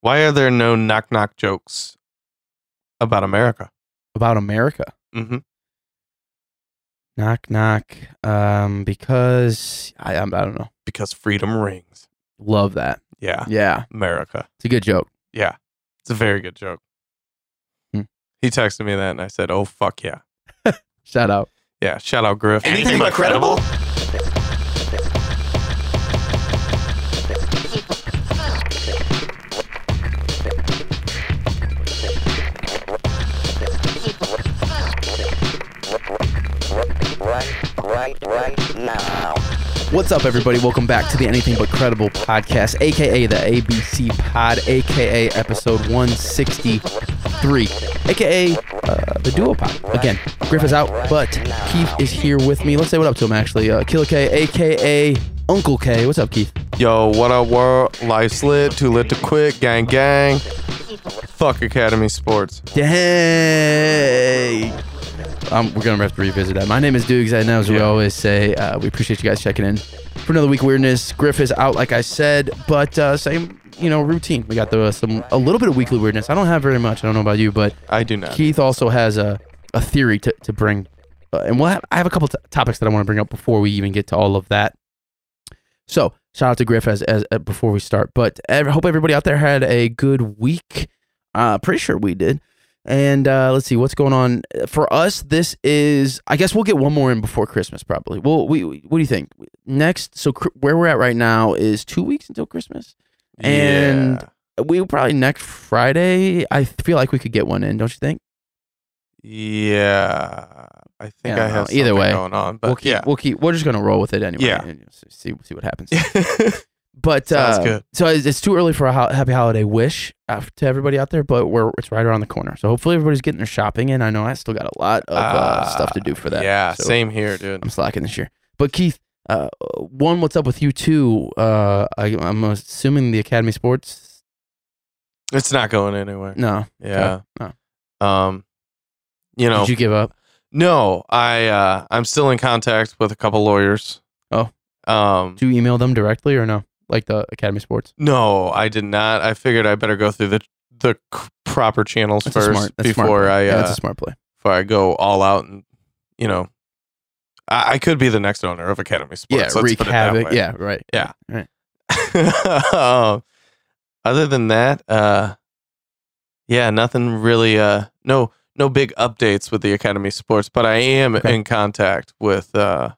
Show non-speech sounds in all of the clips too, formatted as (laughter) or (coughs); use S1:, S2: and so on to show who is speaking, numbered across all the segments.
S1: Why are there no knock knock jokes about America?
S2: about America.
S1: Mm-hmm.
S2: Knock knock. Um, because I I'm- I don't know.
S1: Because freedom rings.
S2: Love that.
S1: Yeah,
S2: Yeah,
S1: America.
S2: it's a good joke.
S1: Yeah, it's a very good joke.
S2: Hmm.
S1: He texted me that, and I said, "Oh fuck yeah,
S2: Shout out.
S1: yeah." Shout out Griff.
S3: Anything but credible?
S4: Right, right, right now.
S2: What's up, everybody? Welcome back to the Anything But Credible podcast, aka the ABC Pod, aka episode 163, aka uh, the Duo Pod. Again, Griff is out, but Keith is here with me. Let's say what up to him, actually. Uh, Killer K, aka Uncle K. What's up, Keith?
S1: Yo, what up, world? Life slid, too lit to quit, gang, gang. Fuck Academy Sports.
S2: Dang. Um, we're gonna have to revisit that. My name is Dukes. I know, as we
S1: Yeah.
S2: always say, uh, we appreciate you guys checking in for another week of weirdness. Griff is out, like I said, but uh, same, you know, routine. We got the some a little bit of weekly weirdness. I don't have very much. I don't know about you, but
S1: I do not.
S2: Keith also has a a theory to to bring, uh, and we'll have, I have a couple t- topics that I want to bring up before we even get to all of that. So shout out to Griff as as uh, before we start, but I hope everybody out there had a good week. Uh, pretty sure we did. And uh, let's see what's going on for us. This is, I guess, we'll get one more in before Christmas, probably. Well, we, we what do you think next? So cr- where we're at right now is two weeks until Christmas. And we probably next Friday. I feel like we could get one in, don't you think?
S1: yeah, I think
S2: Yeah,
S1: I have
S2: no, either
S1: something
S2: way,
S1: going on, but
S2: we'll keep,
S1: yeah,
S2: we'll keep. We're just gonna roll with it anyway.
S1: Yeah.
S2: and s- see see what happens.
S1: (laughs)
S2: But
S1: Sounds
S2: uh,
S1: good.
S2: So it's, it's too early for a ho- happy holiday wish uh, to everybody out there, but we're it's right around the corner. So hopefully everybody's getting their shopping in. I know I still got a lot of uh,
S1: Ah,
S2: stuff to do for that.
S1: yeah,
S2: so
S1: same here, dude.
S2: I'm slacking this year. But Keith, uh, one, what's up with you? Two, uh, I, I'm assuming the Academy Sports.
S1: It's not going anywhere.
S2: No,
S1: Yeah.
S2: no.
S1: Um, you know,
S2: did you give up?
S1: no, I uh, I'm still in contact with a couple lawyers.
S2: Oh.
S1: um,
S2: Do you email them directly or no? Like the Academy Sports.
S1: No, I did not. I figured I better go through the the c- proper channels
S2: That's a
S1: first
S2: smart. That's a
S1: before
S2: smart play.
S1: I
S2: yeah,
S1: uh,
S2: that's a smart play.
S1: before I go all out and you know, I, I could be the next owner of Academy Sports.
S2: Yeah,
S1: let's
S2: wreak
S1: put it that
S2: havoc.
S1: way.
S2: Yeah, right.
S1: (laughs) Um, other than that, uh, yeah, nothing really. Uh, no, no big updates with the Academy Sports, but I am
S2: Okay.
S1: in contact with uh,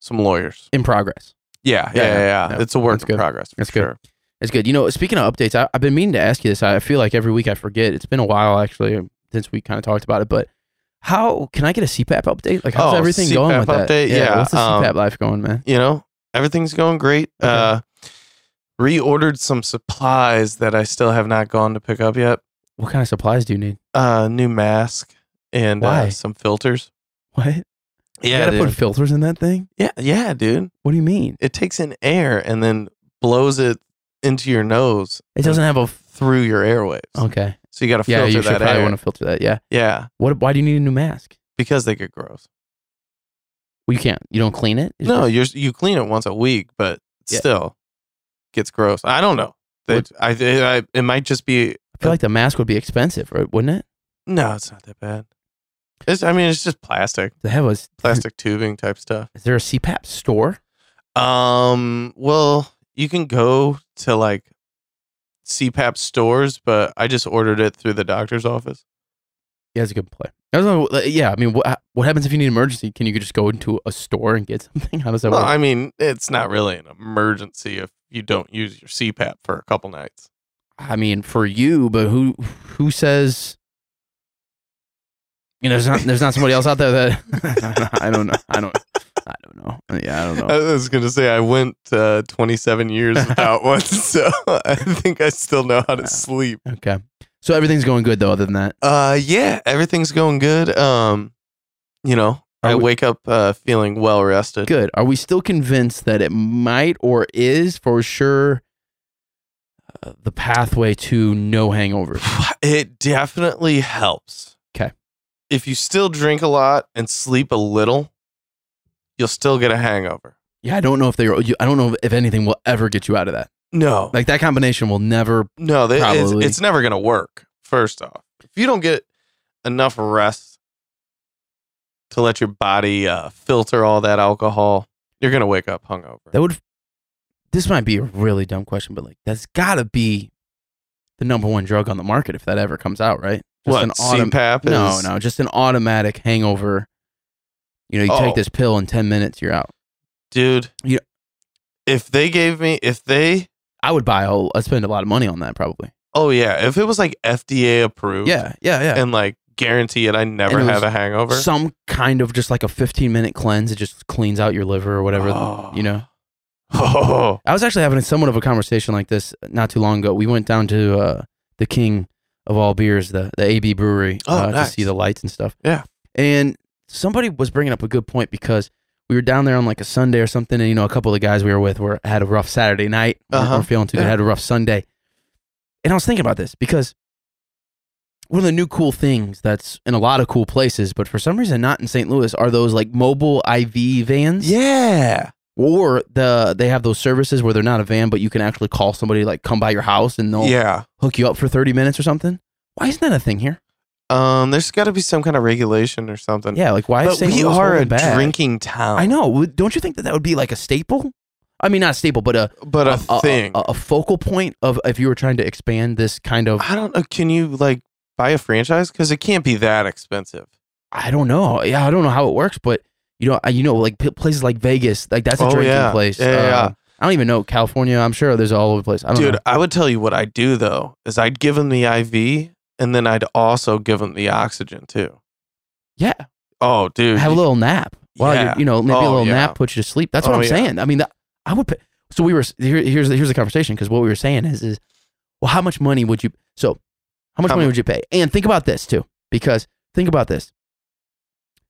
S1: some lawyers.
S2: In progress.
S1: Yeah, yeah,
S2: Yeah,
S1: yeah. yeah.
S2: yeah.
S1: It's a work
S2: That's
S1: in
S2: good.
S1: progress. For
S2: That's good.
S1: sure.
S2: That's good. You know, speaking of updates, I, I've been meaning to ask you this. I feel like every week I forget. It's been a while actually since we kind of talked about it. But how can I get a CPAP update? Like, how's
S1: Oh,
S2: everything going
S1: CPAP
S2: with that?
S1: update? Yeah,
S2: what's the
S1: um,
S2: CPAP life going, man?
S1: you know, everything's going great.
S2: Okay.
S1: Uh, reordered some supplies that I still have not gone to pick up yet.
S2: What kind of supplies do you need?
S1: Uh, new mask and
S2: Why?
S1: uh, some filters.
S2: What? you
S1: Yeah,
S2: gotta put
S1: dude.
S2: filters in that thing.
S1: yeah, yeah, dude.
S2: What do you mean?
S1: It takes in air and then blows it into your nose.
S2: It doesn't have a. F-
S1: through your airwaves.
S2: okay.
S1: So you got to
S2: Yeah,
S1: filter
S2: you should
S1: that
S2: probably
S1: air.
S2: want to filter that. Yeah.
S1: yeah,
S2: What? Why do you need a new mask?
S1: because they get gross.
S2: Well, you can't. You don't clean it. It's
S1: No,
S2: just-
S1: you you clean it once a week, but
S2: Yeah.
S1: still gets gross. I don't know. They,
S2: What-
S1: I, I it might just be
S2: I feel like the mask would be expensive, right? Wouldn't it?
S1: no. It's not that bad. It's I mean it's just plastic.
S2: (laughs) To have a s-
S1: plastic tubing type stuff.
S2: Is there a CPAP store?
S1: Um, well, you can go to like CPAP stores, but I just ordered it through the doctor's office.
S2: Yeah, that's a good play. I was like, well, yeah, I mean, what what happens if you need an emergency? Can you just go into a store and get (laughs) something? How does that
S1: well,
S2: work?
S1: I mean, it's not really an emergency if you don't use your CPAP for a couple nights.
S2: I mean, for you, but who who says? You know, there's not there's not somebody else out there that (laughs) I don't know. I don't. I don't know. Yeah, I don't know.
S1: I was gonna say I went uh, 27 years
S2: (laughs)
S1: without one, so (laughs) I think I still know how to sleep.
S2: Okay, so everything's going good though. Other than that,
S1: Uh, yeah, everything's going good. Um, you know,
S2: Are
S1: I
S2: we-
S1: wake up uh, feeling well rested.
S2: good. Are we still convinced that it might or is for sure uh, the pathway to no hangovers?
S1: (sighs)
S2: (sighs)
S1: It definitely helps.
S2: 'Kay.
S1: If you still drink a lot and sleep a little, you'll still get a hangover.
S2: Yeah, I don't know if they. I don't know if anything will ever get you out of that.
S1: No,
S2: Like that combination will never.
S1: no, they, it's,
S2: probably.
S1: it's never gonna work. First off, if you don't get enough rest to let your body uh, filter all that alcohol, you're gonna wake up hungover.
S2: That would. This might be a really dumb question, but like that's got to be the number one drug on the market if that ever comes out, right?
S1: what
S2: an autom-
S1: CPAP?
S2: No,
S1: is-
S2: no, just an automatic hangover. You know, you
S1: Oh.
S2: take this pill in ten minutes, you're out.
S1: dude.
S2: You-
S1: if they gave me, if they,
S2: I would buy a whole. I spend a lot of money on that probably.
S1: oh yeah, if it was like FDA approved,
S2: Yeah, yeah, yeah.
S1: and like guarantee it, I never
S2: And it
S1: have
S2: was
S1: a hangover.
S2: Some kind of just like a 15 minute cleanse. It just cleans out your liver or whatever.
S1: Oh.
S2: You know.
S1: Oh,
S2: I was actually having somewhat of a conversation like this not too long ago. We went down to uh, the king of all beers, the the AB Brewery,
S1: Oh,
S2: uh,
S1: nice.
S2: to see the lights and stuff.
S1: Yeah.
S2: and somebody was bringing up a good point because we were down there on like a Sunday or something, and you know, a couple of the guys we were with were had a rough Saturday night. We
S1: Uh-huh.
S2: were feeling too
S1: Yeah.
S2: good. Had a rough Sunday, and I was thinking about this because one of the new cool things that's in a lot of cool places, but for some reason not in St. Louis, are those like mobile IV
S1: (laughs)
S2: vans
S1: yeah.
S2: or the they have those services where they're not a van, but you can actually call somebody like come by your house and they'll
S1: Yeah.
S2: hook you up for thirty minutes or something. Why isn't that a thing here?
S1: Um, there's got to be some kind of regulation or something.
S2: Yeah, like why is
S1: but
S2: St.
S1: we
S2: Louis
S1: are a
S2: holding back?
S1: drinking town.
S2: I know. Would- Don't you think that that would be like a staple? I mean, not a staple, but a
S1: but a,
S2: uh,
S1: thing.
S2: a, a focal point of if you were trying to expand this kind of.
S1: I don't know. Can you like buy a franchise? Because it can't be that expensive.
S2: I don't know. Yeah, I don't know how it works, but you know, you know, like p- places like Vegas, like that's a
S1: Oh,
S2: drinking
S1: yeah.
S2: place. Um,
S1: Yeah, yeah, yeah.
S2: I don't even know California. I'm sure there's all over the place. I don't
S1: Dude,
S2: know.
S1: I would tell you what I do though is I'd give them the IV and then I'd also give them the oxygen too.
S2: Yeah,
S1: Oh, dude.
S2: have a little nap. Well,
S1: Yeah.
S2: you know, maybe a
S1: Oh,
S2: little
S1: yeah.
S2: nap puts you to sleep. That's what
S1: Oh,
S2: I'm
S1: yeah.
S2: saying. I mean, that, I would. Pay, so we were here, here's the- here's the conversation because what we were saying is is well, how much money would you? So how much
S1: How
S2: money
S1: mu-
S2: would you pay? And think about this too, because think about this.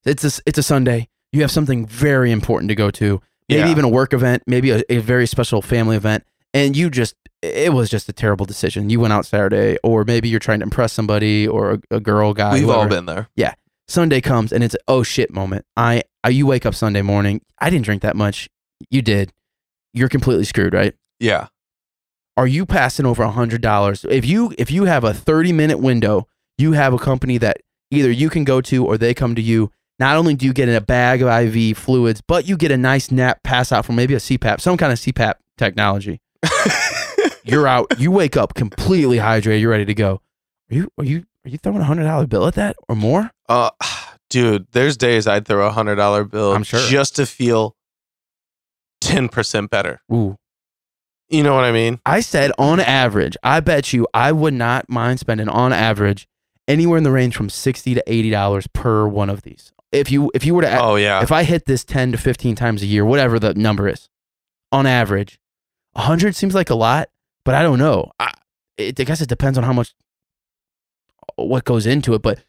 S2: It's a s- it's a Sunday. You have something very important to go to. Maybe
S1: Yeah.
S2: even a work event. Maybe a, a very special family event. And you just it was just a terrible decision. You went out Saturday, or maybe you're trying to impress somebody or a, a girl, guy.
S1: We've all
S2: whoever.
S1: been there.
S2: Sunday comes and it's a, oh shit moment. I, I you wake up Sunday morning. I didn't drink that much. You did. You're completely screwed, right?
S1: Yeah. (laughs)
S2: Are you passing over a hundred dollars? If you if you have a thirty minute window, you have a company that either you can go to or they come to you. Not only do you get a bag of IV fluids, but you get a nice nap, pass out from maybe a CPAP, some kind of CPAP technology. You're out. You wake up completely hydrated. You're ready to go. Are you are you are you throwing a hundred dollar bill at that or more?
S1: Uh, (sighs) dude, there's days I'd throw a hundred dollar bill
S2: I'm sure.
S1: just to feel ten percent better.
S2: Ooh,
S1: You know what I mean?
S2: I said on average, I bet you I would not mind spending on average anywhere in the range from sixty to eighty dollars per one of these. If you if you were to
S1: oh yeah.
S2: if I hit this ten to fifteen times a year, whatever the number is, on average, hundred seems like a lot, but I don't know. I, it, I guess it depends on how much what goes into it, but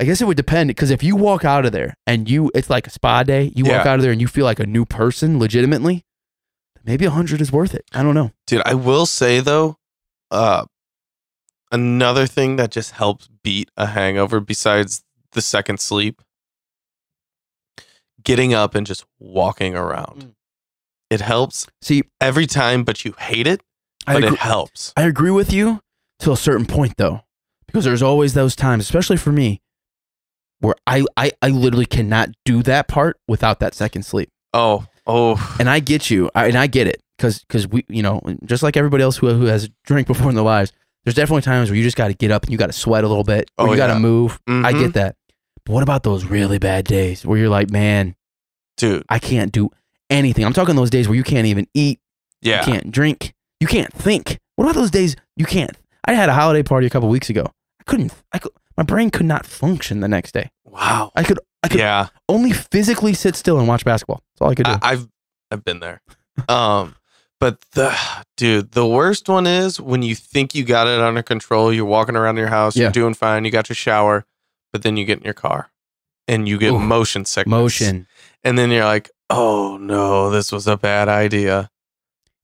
S2: I guess it would depend because if you walk out of there and you it's like a spa day, you walk
S1: Yeah.
S2: out of there and you feel like a new person, legitimately, maybe hundred is worth it. I don't know.
S1: Dude, I will say though, uh, another thing that just helps beat a hangover besides the second sleep, getting up and just walking around.
S2: Mm.
S1: It helps
S2: See,
S1: every time, but you hate it,
S2: I
S1: but
S2: agree.
S1: it helps.
S2: I agree with you to a certain point though, because there's always those times, especially for me, where I, I, I literally cannot do that part without that second sleep.
S1: Oh, oh,
S2: And I get you, I, and I get it, because we, you know, just like everybody else who who has drank before in their lives, there's definitely times where you just got to get up and you got to sweat a little bit, or
S1: Oh,
S2: you got
S1: yeah.
S2: to move. I
S1: mhm.
S2: get that. But what about those really bad days where you're like, man,
S1: dude.
S2: I can't do anything? I'm talking those days where you can't even eat.
S1: Yeah,
S2: You can't drink. You can't think. What about those days you can't? I had a holiday party a couple weeks ago. I couldn't. I could. My brain could not function the next day.
S1: wow.
S2: I could. I could
S1: Yeah,
S2: only physically sit still and watch basketball. That's all I could do.
S1: I, I've I've been there. Um, but the dude, the worst one is when you think you got it under control. You're walking around your house,
S2: Yeah.
S1: you're doing fine, you got your shower, but then you get in your car and you get
S2: Ooh.
S1: motion sickness.
S2: Motion.
S1: and then you're like, oh no, this was a bad idea.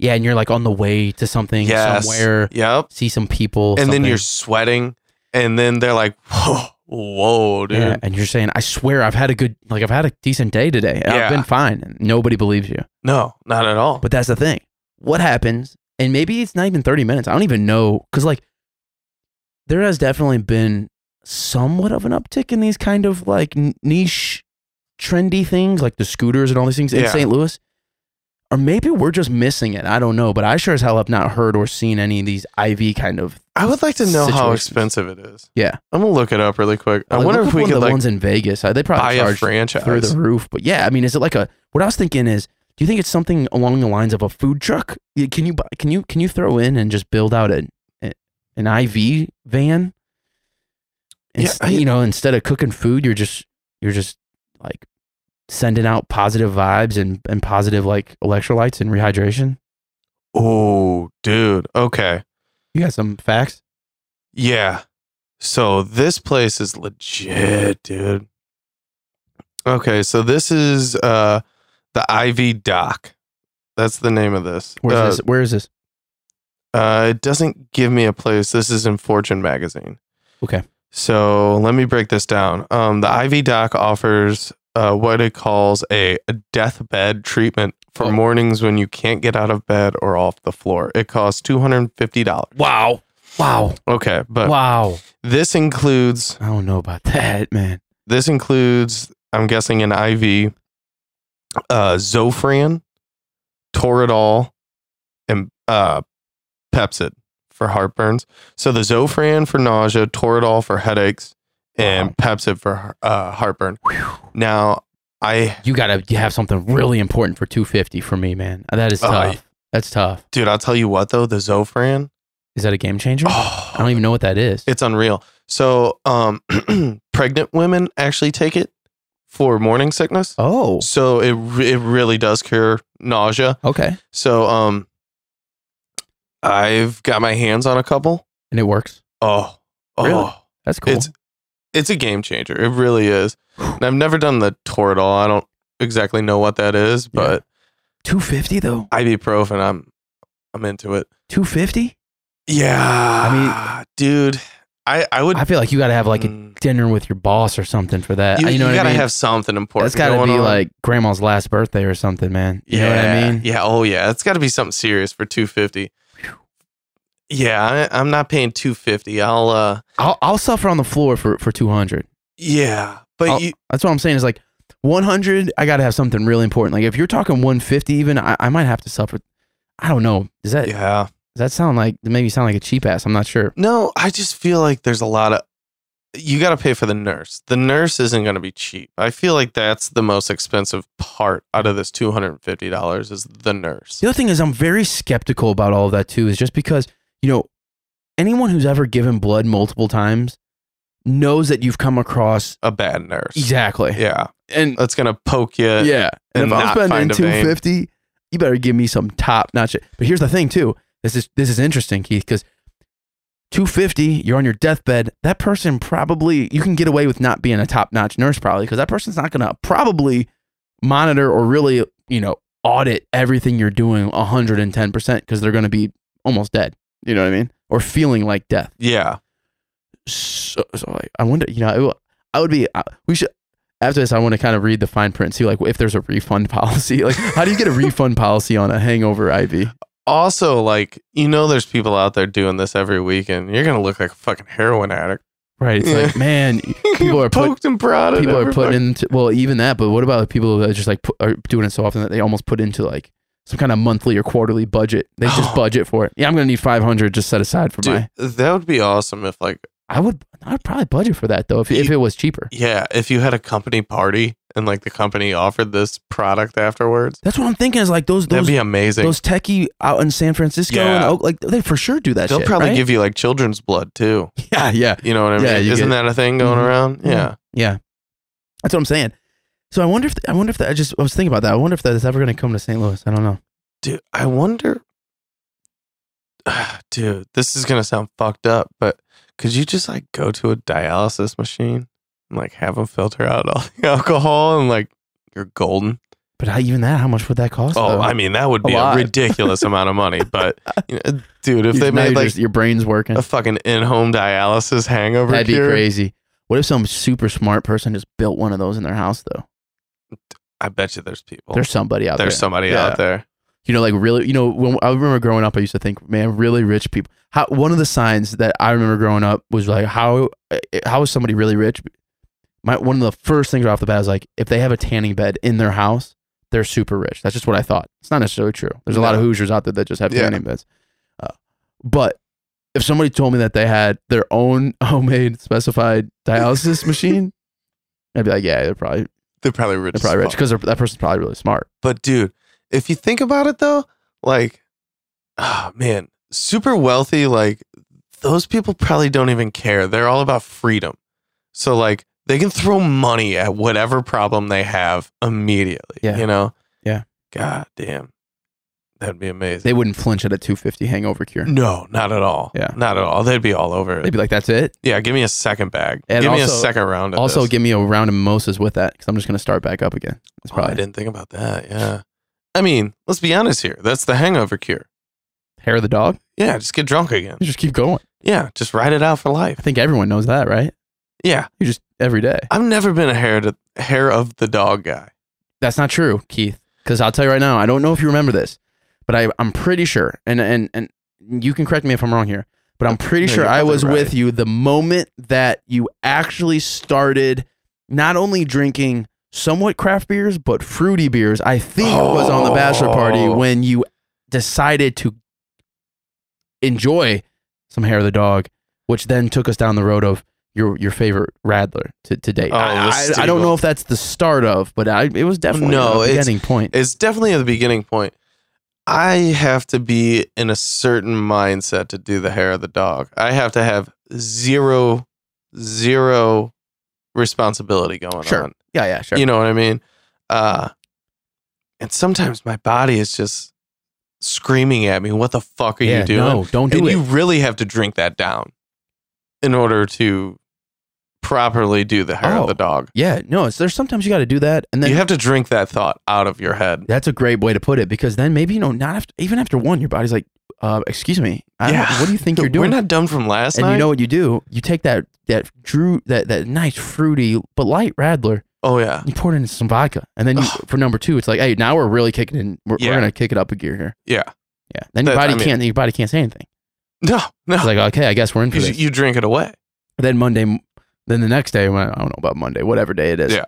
S2: Yeah, and you're like on the way to something
S1: Yes.
S2: somewhere.
S1: Yep.
S2: See some people.
S1: And then
S2: something.
S1: you're sweating, and then they're like, (laughs) whoa, whoa, dude.
S2: Yeah, and you're saying, "I swear, I've had a good, like, I've had a decent day today.
S1: Yeah.
S2: I've been fine." And nobody believes you.
S1: No, not at all.
S2: But that's the thing. What happens and maybe it's not even 30 minutes. I don't even know. Cause like there has definitely been somewhat of an uptick in these kind of like n- niche, trendy things, like the scooters and all these things in
S1: Yeah.
S2: St. Louis. Or maybe we're just missing it. I don't know. But I sure as hell have not heard or seen any of these IV kind of.
S1: I would like to know how
S2: Situations.
S1: expensive it is.
S2: Yeah.
S1: I'm gonna look it up really quick. I
S2: Like,
S1: wonder
S2: look
S1: if
S2: up
S1: we
S2: one of
S1: could
S2: the
S1: like
S2: ones in Vegas. Uh, They
S1: buy
S2: probably
S1: a
S2: charge through
S1: franchise.
S2: the roof. But yeah, I mean, is it like a? What I was thinking is, do you think it's something along the lines of a food truck? Y- Can you buy- can you can you throw in and just build out a, a- an IV van?
S1: Yeah,
S2: Ins-
S1: I-
S2: you know, instead of cooking food, you're just you're just like sending out positive vibes and and positive like electrolytes and rehydration.
S1: Oh, dude. Okay.
S2: You got some facts?
S1: Yeah. So this place is legit, dude. Okay, so this is uh the Ivy Dock. That's the name of this.
S2: Where's
S1: Uh,
S2: this? Where is this?
S1: Uh, it doesn't give me a place. This is in Fortune magazine.
S2: Okay.
S1: So let me break this down. Um, the Ivy Doc offers uh, what it calls a deathbed treatment for
S2: Oh.
S1: mornings when you can't get out of bed or off the floor. It costs two hundred and fifty dollars.
S2: Wow! Uh, Wow!
S1: Okay, but
S2: wow!
S1: this includes
S2: I don't know about (laughs) that, man.
S1: this includes I'm guessing an IV, uh, Zofran, Toradol, and uh, Pepsid for heartburns. So the Zofran for nausea, Toradol for headaches, and
S2: Wow.
S1: Pepsid for uh, heartburn. Now I,
S2: you gotta you have something really important for 250 for me man that is
S1: Oh,
S2: tough
S1: yeah.
S2: that's tough
S1: dude, I'll tell you what though, the Zofran,
S2: is that a game changer Mm-hmm. i
S1: oh,
S2: don't even know what that is
S1: it's unreal. So um, (clears throat) pregnant women actually take it for morning sickness.
S2: oh
S1: So it re- it really does cure nausea.
S2: okay
S1: So um I've got my hands on a couple.
S2: and it works
S1: Oh. Oh.
S2: Really? that's cool
S1: It's it's a game changer. It really is. And I've never done the Toradol. I don't exactly know what that is, but
S2: 250 though
S1: ibuprofen I'm I'm into it.
S2: 250
S1: Yeah. I mean, dude, I I would
S2: i feel like you gotta have like a
S1: Mm,
S2: dinner with your boss or something for that
S1: you,
S2: you, know
S1: you
S2: what
S1: gotta
S2: i mean
S1: have something important.
S2: that's gotta
S1: going
S2: be
S1: on.
S2: like grandma's last birthday or something man you know what i mean
S1: Yeah. Oh yeah. It's got to be something serious for 250. Yeah, I, I'm not paying 250. I'll uh
S2: I'll, I'll suffer on the floor for for 200
S1: yeah, but
S2: I'll-
S1: you
S2: that's what i'm saying is like 100 i gotta have something really important like if you're talking 150 even i, I might have to suffer i don't know is that
S1: yeah.
S2: Does that sound like that made me sound like a cheap ass? I'm not sure.
S1: No, I just feel like there's a lot of you got to pay for the nurse. The nurse isn't going to be cheap. I feel like that's the most expensive part out of this two hundred and fifty dollars is the nurse.
S2: The other thing is I'm very skeptical about all of that too, is just because, you know, anyone who's ever given blood multiple times knows that you've come across
S1: A bad nurse.
S2: Exactly.
S1: Yeah,
S2: And
S1: that's going to poke you.
S2: yeah. And,
S1: and
S2: if I'm
S1: not
S2: spending
S1: find a
S2: two
S1: vein.
S2: fifty, you better give me some top notch. shit. But here's the thing too. This is this is interesting, Keith, because 250, you're on your deathbed. That person probably, you can get away with not being a top notch nurse, probably, because that person's not going to probably monitor or really, you know, audit everything you're doing 110% because they're going to be almost dead. You know what I mean? Or feeling like death.
S1: yeah.
S2: So, so like, I wonder, you know, I would- I would be, I, we should, after this, I want to kind of read the fine print, see like if there's a refund (laughs) policy. Like, how do (laughs) you get a refund policy on a hangover IV?
S1: Also, like you know, there's people out there doing this every weekend. You're going to look like a fucking heroin addict.
S2: Right. It's like, (laughs) man,
S1: People
S2: are
S1: (laughs)
S2: put-
S1: poked and prodded.
S2: people are putting
S1: everybody.
S2: into well even that but what about people that just like put, are doing it so often that they almost put into like some kind of monthly or quarterly budget they just (gasps)
S1: Oh.
S2: budget for it yeah i'm gonna need 500 just set aside for my
S1: Dude, that would be awesome if like
S2: i would i would probably budget for that though if, if
S1: You-
S2: it was cheaper
S1: yeah, if you had a company party and like the company offered this product afterwards.
S2: that's what i'm thinking is like those
S1: That'd
S2: those
S1: be amazing.
S2: those techie out in san francisco and
S1: Yeah.
S2: Oak, like they for sure do that
S1: They'll
S2: shit,
S1: probably
S2: right?
S1: give you like children's blood too. (laughs)
S2: yeah yeah
S1: You know what I
S2: Yeah,
S1: mean?
S2: you
S1: Isn't
S2: get-
S1: that a thing going
S2: Mhm.
S1: around?
S2: Yeah.
S1: Yeah.
S2: yeah that's what i'm saying so i wonder if i wonder if that i just i was thinking about that i wonder if that is ever gonna come to st louis i don't know
S1: Dude, I wonder. (sighs) Dude, this is going to sound fucked up, but could you just like go to a dialysis machine and like have them filter out all the (laughs) alcohol and like you're golden?
S2: but how, even that how much would that cost
S1: Oh,
S2: though?
S1: I mean, that would be
S2: a
S1: a,
S2: lot.
S1: ridiculous amount of money. But, you know,
S2: (laughs)
S1: dude, if
S2: You-
S1: they
S2: now
S1: made
S2: you're
S1: like
S2: just- your brain's working
S1: a fucking in home dialysis hangover
S2: That'd be
S1: cure,
S2: crazy. What if some super smart person just built one of those in their house though?
S1: I bet you there's people.
S2: There's somebody out
S1: Oh. there's
S2: there.
S1: somebody
S2: Yeah.
S1: out there.
S2: You know, like really, you know, when I remember growing up, I used to think, man, really rich people. How one of the signs that I remember growing up was like, how eh, how is somebody really rich? My one of the first things right off the bat is like, if they have a tanning bed in their house, they're super rich. That's just what I thought. It's not necessarily true. There's a lot of
S1: No.
S2: Hoosiers out there that just have
S1: Yeah.
S2: tanning beds, uh, but if somebody told me that they had their own (laughs) homemade specified dialysis machine, I'd be like, yeah, they're probably
S1: They're probably rich.
S2: they're probably
S1: as
S2: rich
S1: fuck.
S2: because that person's probably really smart.
S1: But dude, if you think about it though, like, ah, man, super wealthy, like those people probably don't even care. They're all about freedom. So like they can throw money at whatever problem they have immediately.
S2: Yeah.
S1: You know?
S2: Yeah.
S1: God damn. That'd be amazing.
S2: They wouldn't flinch at a 250 hangover cure.
S1: no, not at all.
S2: Yeah.
S1: Not at all. They'd be all over it.
S2: They'd be like, that's it.
S1: Yeah, give me a second bag.
S2: And
S1: give me a
S2: also-
S1: second round of
S2: also,
S1: this.
S2: give me a round of mimosas with that because I'm just going to start back up again. That's
S1: Oh, I
S2: probably
S1: didn't think about that. Yeah. I mean, let's be honest here. That's the hangover cure.
S2: hair of the dog.
S1: Yeah, just get drunk again.
S2: You just keep going.
S1: Yeah, just ride it out for
S2: I
S1: life.
S2: think everyone knows that, right?
S1: Yeah,
S2: You just every day.
S1: I've never been a hair to, hair of the dog guy.
S2: That's not true, Keith. Because I'll tell you right now, I don't know if you remember this, but I, I'm pretty sure, and, and, and you can correct me if I'm wrong here, but I'm pretty
S1: No,
S2: sure
S1: you're
S2: I
S1: probably
S2: was
S1: right.
S2: with you the moment that you actually started not only drinking somewhat craft beers, but fruity beers. I think was on the bachelor party
S1: Oh.
S2: when you decided to enjoy some hair of the dog, which then took us down the road of your your favorite Radler to, to date.
S1: Oh,
S2: I,
S1: the
S2: I, I don't
S1: Stiegel.
S2: know if that's the start of, but I, it was definitely
S1: No,
S2: a
S1: it's-
S2: beginning point.
S1: It's definitely at the beginning point. I have to be in a certain mindset to do the hair of the dog. I have to have zero, zero responsibility going
S2: Sure,
S1: on.
S2: yeah, yeah, sure.
S1: You know what I mean? Uh, and sometimes my body is just screaming at me, "What the fuck are
S2: yeah,
S1: you doing?"
S2: No, don't do
S1: and
S2: it.
S1: you really have to drink that down in order to properly do the hair
S2: Oh.
S1: of the dog.
S2: yeah, no. It's, there's sometimes you got to do that, and then
S1: you have to drink that thought out of your head.
S2: that's a great way to put it because then maybe you know not after, even after one, your body's like, uh, excuse me, I don't-
S1: Yeah.
S2: what do
S1: (laughs)
S2: you think
S1: Dude,
S2: you're doing?
S1: We're not done from last
S2: and
S1: night.
S2: you know what you do? You take that that drew that that nice fruity but light Radler,
S1: oh yeah,
S2: you pour it into some vodka, and then you, for number two, it's like, hey, now we're really kicking in. We're,
S1: Yeah.
S2: we're gonna kick it up a gear here.
S1: yeah. (laughs)
S2: Yeah. Then your
S1: That's-
S2: body
S1: I mean-
S2: can't. Your body can't say anything.
S1: No, no. (laughs)
S2: It's like, okay, I guess we're in for
S1: you,
S2: this.
S1: you drink it away.
S2: then Monday, then the next day, when I don't know about Monday, whatever day it is.
S1: Yeah.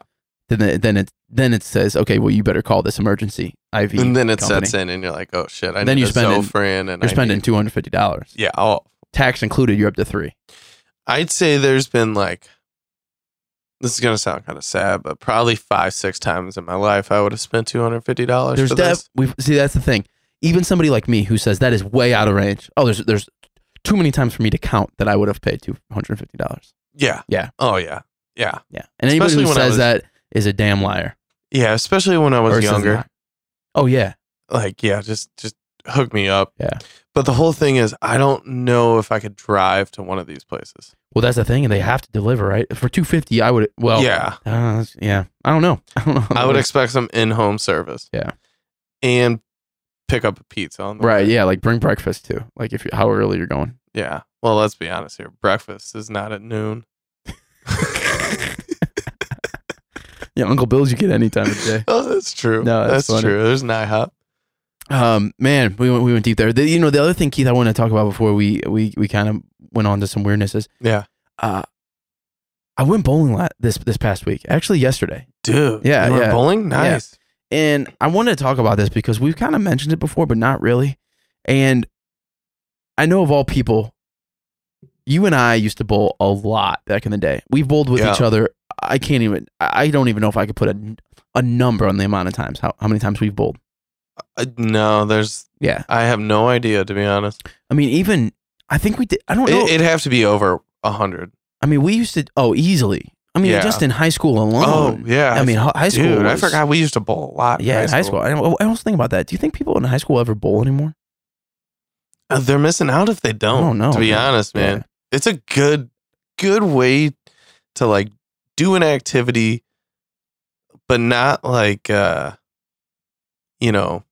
S2: Then it- then it then it says, okay, well you better call this emergency IV.
S1: And then it
S2: company.
S1: sets in, and you're like, "Oh shit!" I
S2: Then
S1: need
S2: you're
S1: a
S2: spending-
S1: Zofran, and
S2: You're
S1: I
S2: spending
S1: need-
S2: two hundred fifty dollars,
S1: yeah, oh,
S2: tax included. You're up to three.
S1: I'd say there's been like this is gonna sound kind of sad, but probably five, six times in my life I would have spent two hundred fifty dollars.
S2: There's
S1: for
S2: def-
S1: this.
S2: we see that's the thing. Even somebody like me who says that is way out of range. Oh, there's there's too many times for me to count that I would have paid two hundred fifty dollars.
S1: Yeah,
S2: Yeah.
S1: oh yeah, yeah,
S2: Yeah, and anybody
S1: Especially
S2: who
S1: when I
S2: says
S1: was-
S2: that is a damn liar.
S1: yeah. Especially when I was
S2: or says
S1: younger,
S2: not. Oh yeah,
S1: like yeah, just just hook me up.
S2: Yeah.
S1: But the whole thing is, I don't know if I could drive to one of these places.
S2: well that's the thing, and they have to deliver right for two fifty. I would well
S1: yeah,
S2: (laughs) Uh, that's- yeah, I don't know. (laughs) I don't know.
S1: I would expect some in-home service.
S2: Yeah.
S1: and pick up a pizza on the
S2: right.
S1: way.
S2: Yeah, like bring breakfast too. Like if you, how early you're going.
S1: Yeah. Well, let's be honest here. Breakfast is not at noon.
S2: Yeah, Uncle Bill's you get any time of the day.
S1: (laughs) Oh, that's true.
S2: No, that's
S1: that's,
S2: funny.
S1: true. There's an IHOP.
S2: (laughs) Um, man, we went we went deep there. The, you know, the other thing, Keith, I want to talk about before we we we kind of went on to some weirdnesses.
S1: Yeah,
S2: Uh, I went bowling la- this this past week, actually yesterday,
S1: dude.
S2: Yeah,
S1: you were
S2: yeah.
S1: bowling. Nice.
S2: and I wanted to talk about this because we've kind of mentioned it before, but not really. And I know of all people, you and I used to bowl a lot back in the day. We bowled with
S1: Yeah.
S2: each other. I can't even. I I don't even know if I could put a a number on the amount of times how how many times we've bowled.
S1: Uh, no, there's.
S2: Yeah,
S1: I have no idea to be honest.
S2: I mean, even I think we did. I don't know.
S1: It, it'd have to be over a hundred.
S2: I mean, we used to. Oh, easily. I mean,
S1: Yeah.
S2: just in high school
S1: Oh
S2: alone.
S1: yeah.
S2: I mean, hi- high school.
S1: dude, I
S2: was-
S1: forgot we used to bowl a lot. in
S2: Yeah, in high school. I, don't- I always think about that. Do you think people in high school ever bowl anymore?
S1: Uh, they're missing out if they don't.
S2: don't know,
S1: To be
S2: Oh, man.
S1: honest, man, it's a good, good way to like do an activity, but not like, uh you know,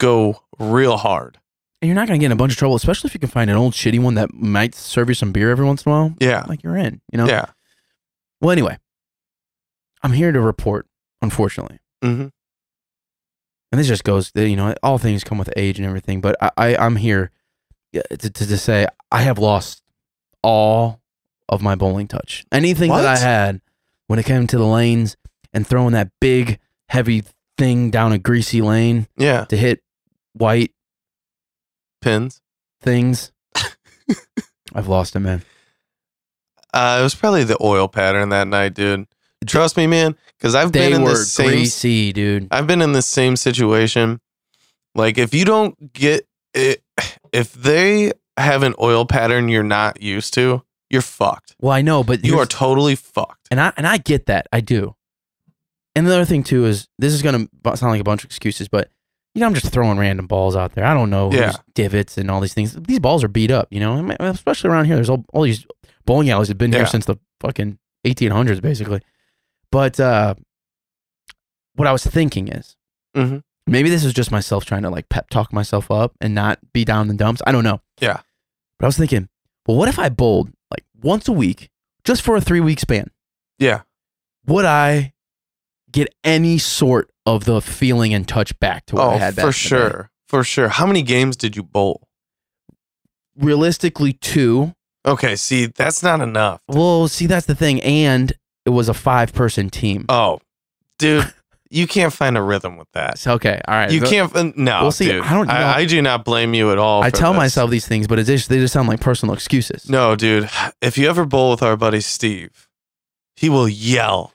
S1: go real hard.
S2: And you're not going to get in a bunch of trouble, especially if you can find an old shitty one that might serve you some beer every once in a while.
S1: Yeah,
S2: Like you're in, you know?
S1: yeah.
S2: Well,
S1: Mm-hmm.
S2: anyway, I'm here to report, unfortunately,
S1: hmm
S2: and this just goes, you know, all things come with age and everything. But I, I I'm here yeah, to, to to say I have lost all of my bowling touch. Anything that I
S1: What?
S2: had when it came to the lanes and throwing that big heavy thing down a greasy lane
S1: Yeah.
S2: to hit white
S1: Pins. (laughs)
S2: things. I've lost it, man.
S1: Uh, it was probably the oil pattern that night, dude. Trust me, man, because I've
S2: They
S1: been in
S2: were
S1: this same
S2: greasy, dude.
S1: I've been in the same situation. Like if you don't get it, (sighs) if they have an oil pattern you're not used to, you're fucked.
S2: Well, I know, but
S1: You
S2: here's-
S1: are totally fucked.
S2: and I and I get that. I do. And the other thing too is this is gonna bu- sound like a bunch of excuses, but you know I'm just throwing random balls out there. I don't know who's
S1: Yeah.
S2: divots and all these things. These balls are beat up, you know, I mean, especially around here. There's all, all these bowling alleys that have been
S1: Yeah.
S2: here since the fucking 1800s, basically. But uh, what I was thinking is
S1: Mhm.
S2: maybe this is just myself trying to like pep talk myself up and not be down in the dumps. I don't know.
S1: Yeah.
S2: But I was thinking, well, what if I bowled like once a week just for a three week span?
S1: Yeah.
S2: would I get any sort of the feeling and touch back to what I
S1: Oh,
S2: had back
S1: for
S2: in the
S1: sure.
S2: day?
S1: For sure. How many games did you bowl?
S2: Realistically, two.
S1: Okay, see, that's not enough.
S2: Well, see, that's the thing, and it was a five-person team.
S1: Oh,
S2: (laughs)
S1: dude, you can't find a rhythm with that.
S2: So, okay, all right.
S1: You
S2: The-
S1: can't. fin- No,
S2: Well, see,
S1: dude.
S2: I don't know.
S1: I, I do not blame you at all.
S2: I
S1: for
S2: tell
S1: this.
S2: myself these things, but it just, they just sound like personal excuses.
S1: No, dude. If you ever bowl with our buddy Steve, he will
S2: (laughs)
S1: yell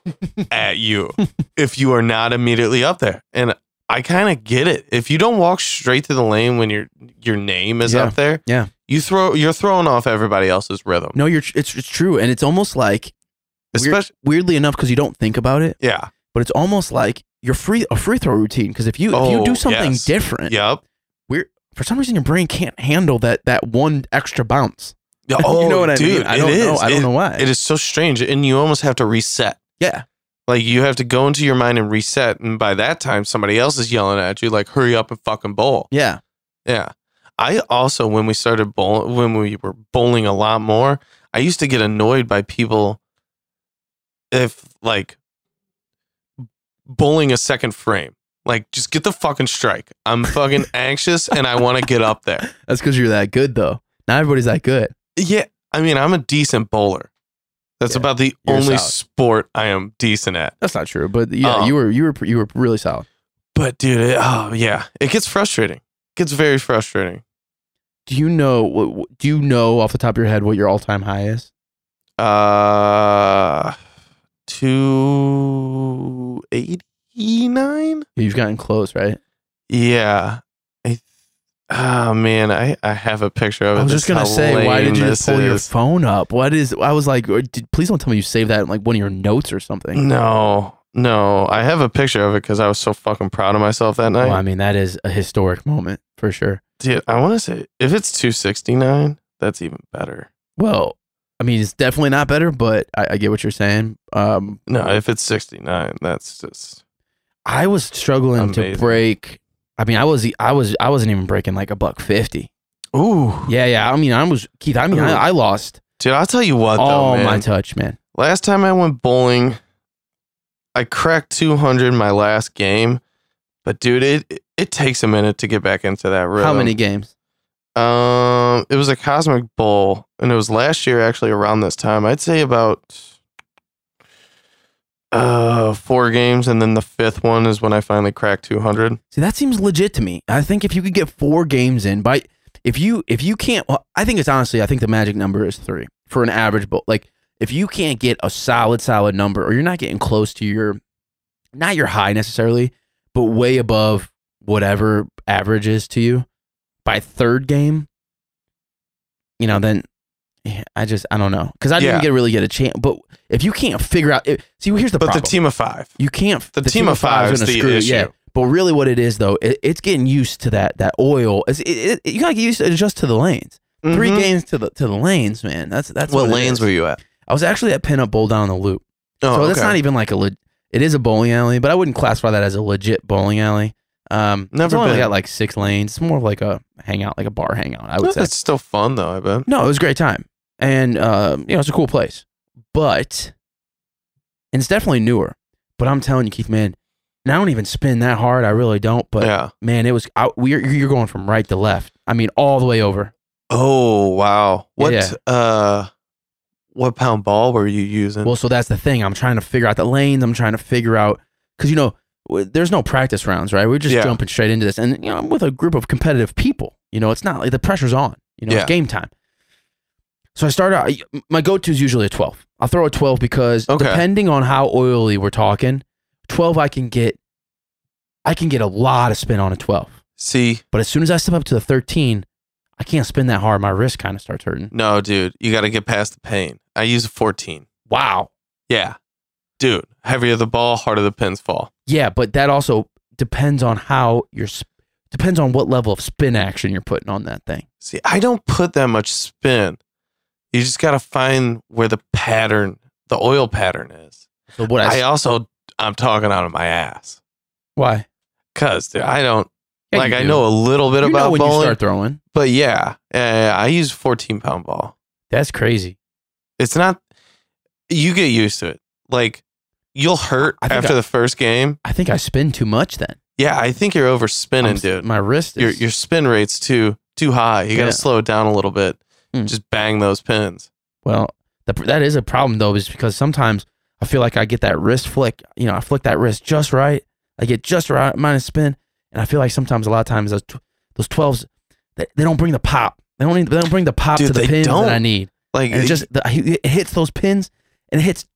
S1: at you if you are not immediately up there. And I kind of get it. If you don't walk straight to the lane when your your name is
S2: Yeah,
S1: up there,
S2: yeah.
S1: you throw you're throwing off everybody else's rhythm.
S2: no, you're. tr- It's, it's true, and it's almost like weird-
S1: Especially,
S2: weirdly enough because you don't think about it,
S1: yeah,
S2: but it's almost like your free a free throw routine because if you if you
S1: Oh,
S2: do something
S1: yes.
S2: different,
S1: yep.
S2: for some reason your brain can't handle that that one extra bounce. (laughs)
S1: Yeah, Oh,
S2: (laughs) you know what I
S1: dude,
S2: mean? I
S1: it
S2: don't know.
S1: is.
S2: I don't
S1: It-
S2: know why.
S1: It is so strange, and you almost have to reset.
S2: Yeah.
S1: Like you have to go into your mind and reset, and by that time, somebody else is yelling at you, like "Hurry up and fucking bowl."
S2: Yeah.
S1: Yeah. I also, when we started bowl, when we were bowling a lot more, I used to get annoyed by people if like bowling a second frame. Like, just get the fucking strike. I'm
S2: (laughs)
S1: fucking anxious and I want to get up there.
S2: That's because you're that good, though. Not everybody's that good.
S1: Yeah. I mean, I'm a decent bowler. That's
S2: Yeah,
S1: about the
S2: you're
S1: only
S2: solid.
S1: sport I am decent at.
S2: That's not true, but yeah,
S1: Um,
S2: you were you were you were really solid.
S1: But, dude, it, oh, yeah. It gets frustrating. gets very frustrating.
S2: Do you know? what- what- Do you know off the top of your head what your all time high is?
S1: Uh, 289?
S2: You've gotten close, right?
S1: Yeah. I th- oh, man. I, I have a picture of it.
S2: I was
S1: This
S2: just gonna
S1: is how
S2: say, why
S1: lame
S2: did you
S1: this
S2: just pull your
S1: is.
S2: phone up? What is? I was like, or did, please don't tell me you saved that in like one of your notes or something.
S1: No, no. I have a picture of it because I was so fucking proud of myself that night.
S2: Well, I mean, that is a historic moment for sure.
S1: Dude, I want to say if it's 269, that's even better.
S2: Well, I mean, it's definitely not better, but I, I get what you're saying. Um,
S1: No, if it's 69, that's just.
S2: I was struggling to
S1: Amazing.
S2: break. I mean, I was I was I wasn't even breaking like a buck fifty.
S1: Ooh.
S2: Yeah, yeah. I mean, I was Keith. I mean, I,
S1: Ooh.
S2: I lost
S1: Dude, I'll tell you what,
S2: all
S1: though. Man.
S2: Oh, my touch, man.
S1: Last time I went bowling, I cracked 200 my last game, but dude, it it takes a minute to get back into that rhythm.
S2: How many games?
S1: Um, it was a cosmic bowl, and it was last year actually around this time. I'd say about uh four games, and then the fifth one is when I finally cracked 200.
S2: See, that seems legit to me. I think if you could get four games in by if you if you can't, well, I think it's honestly, I think the magic number is three for an average bowl. Like if you can't get a solid solid number, or you're not getting close to your not your high necessarily, but way above whatever average is to you by third game, you know, then yeah, I just I don't know because I didn't
S1: Yeah.
S2: get really get a chance. But if you can't figure out, it, see, here's the
S1: But
S2: problem.
S1: the team of five,
S2: You can't.
S1: The team of five is
S2: gonna
S1: the
S2: it, Yeah,
S1: issue.
S2: but really, what it is though, it, it's getting used to that that oil. It's, it, it, you gotta get used to adjust to the lanes. Three
S1: Mhm.
S2: games to the to the lanes, man. That's that's
S1: What
S2: what it
S1: lanes
S2: is.
S1: were you at?
S2: I was actually at Pinup Bowl down the loop.
S1: Oh,
S2: so that's
S1: okay.
S2: not even like a. Le- it is a bowling alley, but I wouldn't classify that as a legit bowling alley. Um, it's
S1: Never
S2: only
S1: been.
S2: got like six lanes. It's more of like a hangout, like a bar hangout. I would say
S1: That's still fun though. I bet.
S2: no, it was a great time, and uh, you know it's a cool place, but and it's definitely newer. But I'm telling you, Keith, man, And I don't even spin that hard. I really don't. But
S1: yeah.
S2: man, it was out. We're you're going from right to left. I mean, all the way over.
S1: Oh wow. What
S2: Yeah.
S1: uh what pound ball were you using?
S2: (laughs) Well, so that's the thing. I'm trying to figure out the lanes. I'm trying to figure out because you know w- there's no practice rounds, right? We're just
S1: Yeah.
S2: jumping straight into this, and you know I'm with a group of competitive people. You know, it's not like the pressure's on. You know,
S1: Yeah.
S2: it's game time. So I start out. My go-to is usually a 12. I'll throw a 12 because
S1: Okay.
S2: depending on how oily we're talking, 12 I can get, I can get a lot of spin on a 12.
S1: See,
S2: But as soon as I step up to the 13, I can't spin that hard. My wrist kind of starts hurting.
S1: no, dude, you got to get past the pain. I use a 14.
S2: Wow.
S1: Yeah. Dude, heavier the ball, harder the pins fall.
S2: Yeah, but that also depends on how you're sp- depends on what level of spin action you're putting on that thing.
S1: See, I don't put that much spin. You just got to find where the pattern, the oil pattern is.
S2: So what I,
S1: I uh, also, I'm talking out of my ass.
S2: why?
S1: Cause dude, I don't
S2: Yeah,
S1: like.
S2: you
S1: I
S2: do.
S1: know a little bit
S2: you know
S1: about
S2: when you
S1: bowling,
S2: start throwing.
S1: but yeah, uh, I use 14 pound ball.
S2: That's crazy.
S1: It's not. You get used to it. Like you'll hurt
S2: I think
S1: after
S2: I-
S1: the first game.
S2: I think I spin too much then.
S1: Yeah, I think you're overspinning,
S2: I'm s-
S1: dude.
S2: My wrist is
S1: Your your spin rate's too too high. You got to
S2: Yeah.
S1: slow it down a little bit.
S2: Hmm.
S1: Just bang those pins.
S2: well, the, pr- that is a problem though is because sometimes I feel like I get that wrist flick, you know, I flick that wrist just right. I get just right minus spin and I feel like sometimes a lot of times those tw- those 12s they, they don't bring the pop. They don't need, they don't bring the pop
S1: Dude,
S2: to the
S1: they
S2: pins
S1: don't.
S2: that I need.
S1: Like
S2: and it just the, it hits those pins and it hits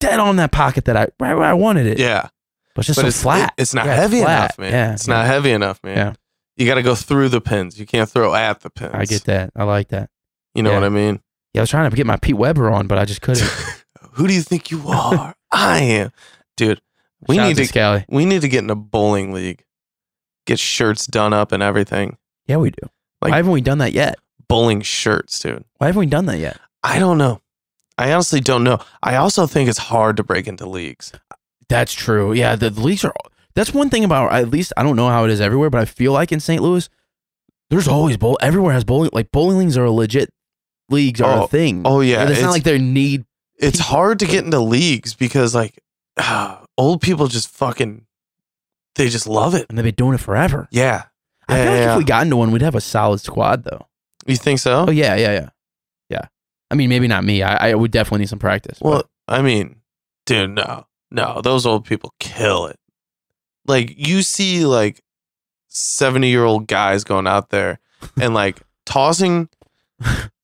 S2: dead on that pocket that I right where I wanted it.
S1: yeah,
S2: but it's just so
S1: it's
S2: flat.
S1: it- it's not
S2: Yeah, it's
S1: heavy
S2: flat.
S1: enough, man.
S2: Yeah,
S1: it's
S2: yeah.
S1: not heavy enough, man.
S2: Yeah.
S1: You got to go through the pins. You can't throw at the pins.
S2: I get that. I like that.
S1: You know
S2: Yeah.
S1: what I mean?
S2: Yeah, I was trying to get my Pete Weber on, but I just couldn't.
S1: (laughs)
S2: (laughs)
S1: Who do you think you are? I am, dude. We
S2: Shout out
S1: need to
S2: Scally.
S1: we need to get in a bowling league. Get shirts done up and everything.
S2: Yeah, we do.
S1: Like-
S2: Why haven't we done that yet?
S1: Bowling shirts, dude.
S2: Why haven't we done that yet?
S1: I don't know. I honestly don't know. I also think it's hard to break into leagues.
S2: That's true. Yeah, the, the leagues are. That's one thing about at least I don't know how it is everywhere, but I feel like in St. Louis, there's always bowl. Everywhere has bowling. Like bowling leagues are a legit leagues are
S1: Oh,
S2: a thing.
S1: oh, yeah,
S2: And it's, not
S1: it's-
S2: like they need.
S1: It's
S2: People-
S1: hard to get into leagues because like (sighs) old people just fucking they just love it.
S2: And they've been doing it forever.
S1: Yeah.
S2: I feel
S1: Yeah,
S2: like
S1: yeah.
S2: if we got into one, we'd have a solid squad though.
S1: You think so?
S2: Oh yeah, yeah, yeah, yeah. I mean, maybe not me. I, I would definitely need some practice. but-
S1: Well, I mean, dude, no, no, those old people kill it. Like you see, like seventy-year-old guys going out there and like tossing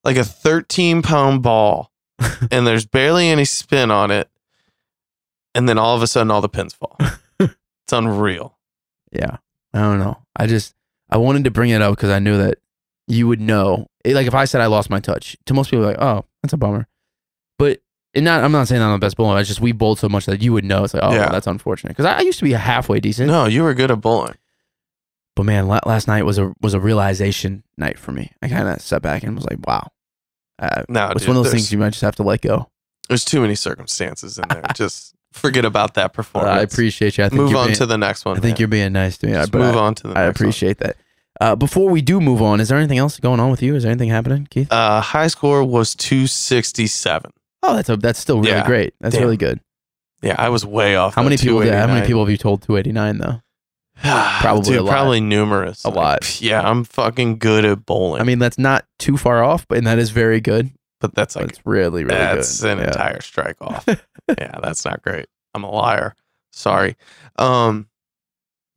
S1: like a thirteen-pound
S2: (laughs)
S1: ball, and there's barely any spin on it, and then all of a sudden, all the pins
S2: (laughs)
S1: fall. it's unreal.
S2: yeah, I don't know. I just I wanted to bring it up because I knew that you would know. It- like if I said I lost my touch, to most people, like, oh, that's a bummer. But and not, I'm not saying I'm the best bowler. I just we bowled so much that you would know. It's like, oh,
S1: Yeah.
S2: that's unfortunate because I, I used to be halfway decent.
S1: No, you were good at bowling.
S2: But man, la- last night was a was a realization night for me. I kind of sat back and was like, wow. Uh,
S1: No,
S2: it's
S1: dude,
S2: one of those
S1: there's-
S2: things you might just have to let go.
S1: There's too many circumstances in there. Just forget about that
S2: Uh,
S1: performance.
S2: (laughs) I appreciate you. I think
S1: Move
S2: you're
S1: on
S2: being-
S1: to the next one.
S2: I think you're being nice to me. I,
S1: Just
S2: but
S1: move
S2: I,
S1: on to the.
S2: I
S1: next one.
S2: appreciate that. Uh, before we do move on, is there anything else going on with you? Is there anything happening, Keith?
S1: uh, high score was 267.
S2: oh, that's a, that's still really
S1: yeah.
S2: great. That's
S1: Damn.
S2: really good.
S1: Yeah, I was way off.
S2: How
S1: that
S2: many people? Yeah, how many
S1: 289.
S2: people have you told 289 though? (sighs) Probably
S1: Dude,
S2: a lot.
S1: probably numerous.
S2: A
S1: Like,
S2: lot.
S1: pff, yeah, I'm fucking good at bowling.
S2: I mean, that's not too far off, but and that is very good.
S1: but that's
S2: But
S1: like
S2: it's really really
S1: that's
S2: good.
S1: an
S2: Yeah.
S1: entire strike
S2: (laughs)
S1: off. yeah, that's not great. I'm a liar. Sorry. Um,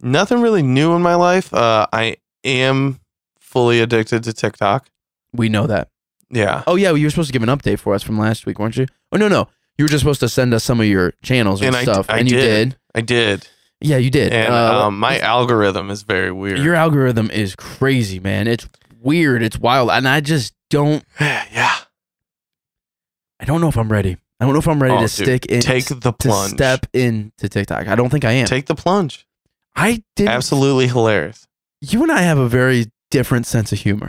S1: nothing really new in my life. Uh, I am fully addicted to TikTok.
S2: We know that.
S1: Yeah.
S2: Oh yeah, well, you were supposed to give an update for us from last week, weren't you? Oh no no, you were just supposed to send us some of your channels and,
S1: And I d-
S2: stuff,
S1: I
S2: and you
S1: did.
S2: did.
S1: I did.
S2: Yeah, you did.
S1: And
S2: Uh,
S1: um, my algorithm is very weird.
S2: your algorithm is crazy, man. It's weird. It's wild, and I just don't
S1: (sighs) yeah.
S2: I don't know if I'm ready. I don't know if I'm ready
S1: Oh,
S2: to
S1: dude,
S2: stick in
S1: Take
S2: to
S1: the plunge.
S2: step into TikTok. I don't think I am.
S1: Take the plunge.
S2: I did
S1: Absolutely hilarious.
S2: You and I have a very different sense of humor.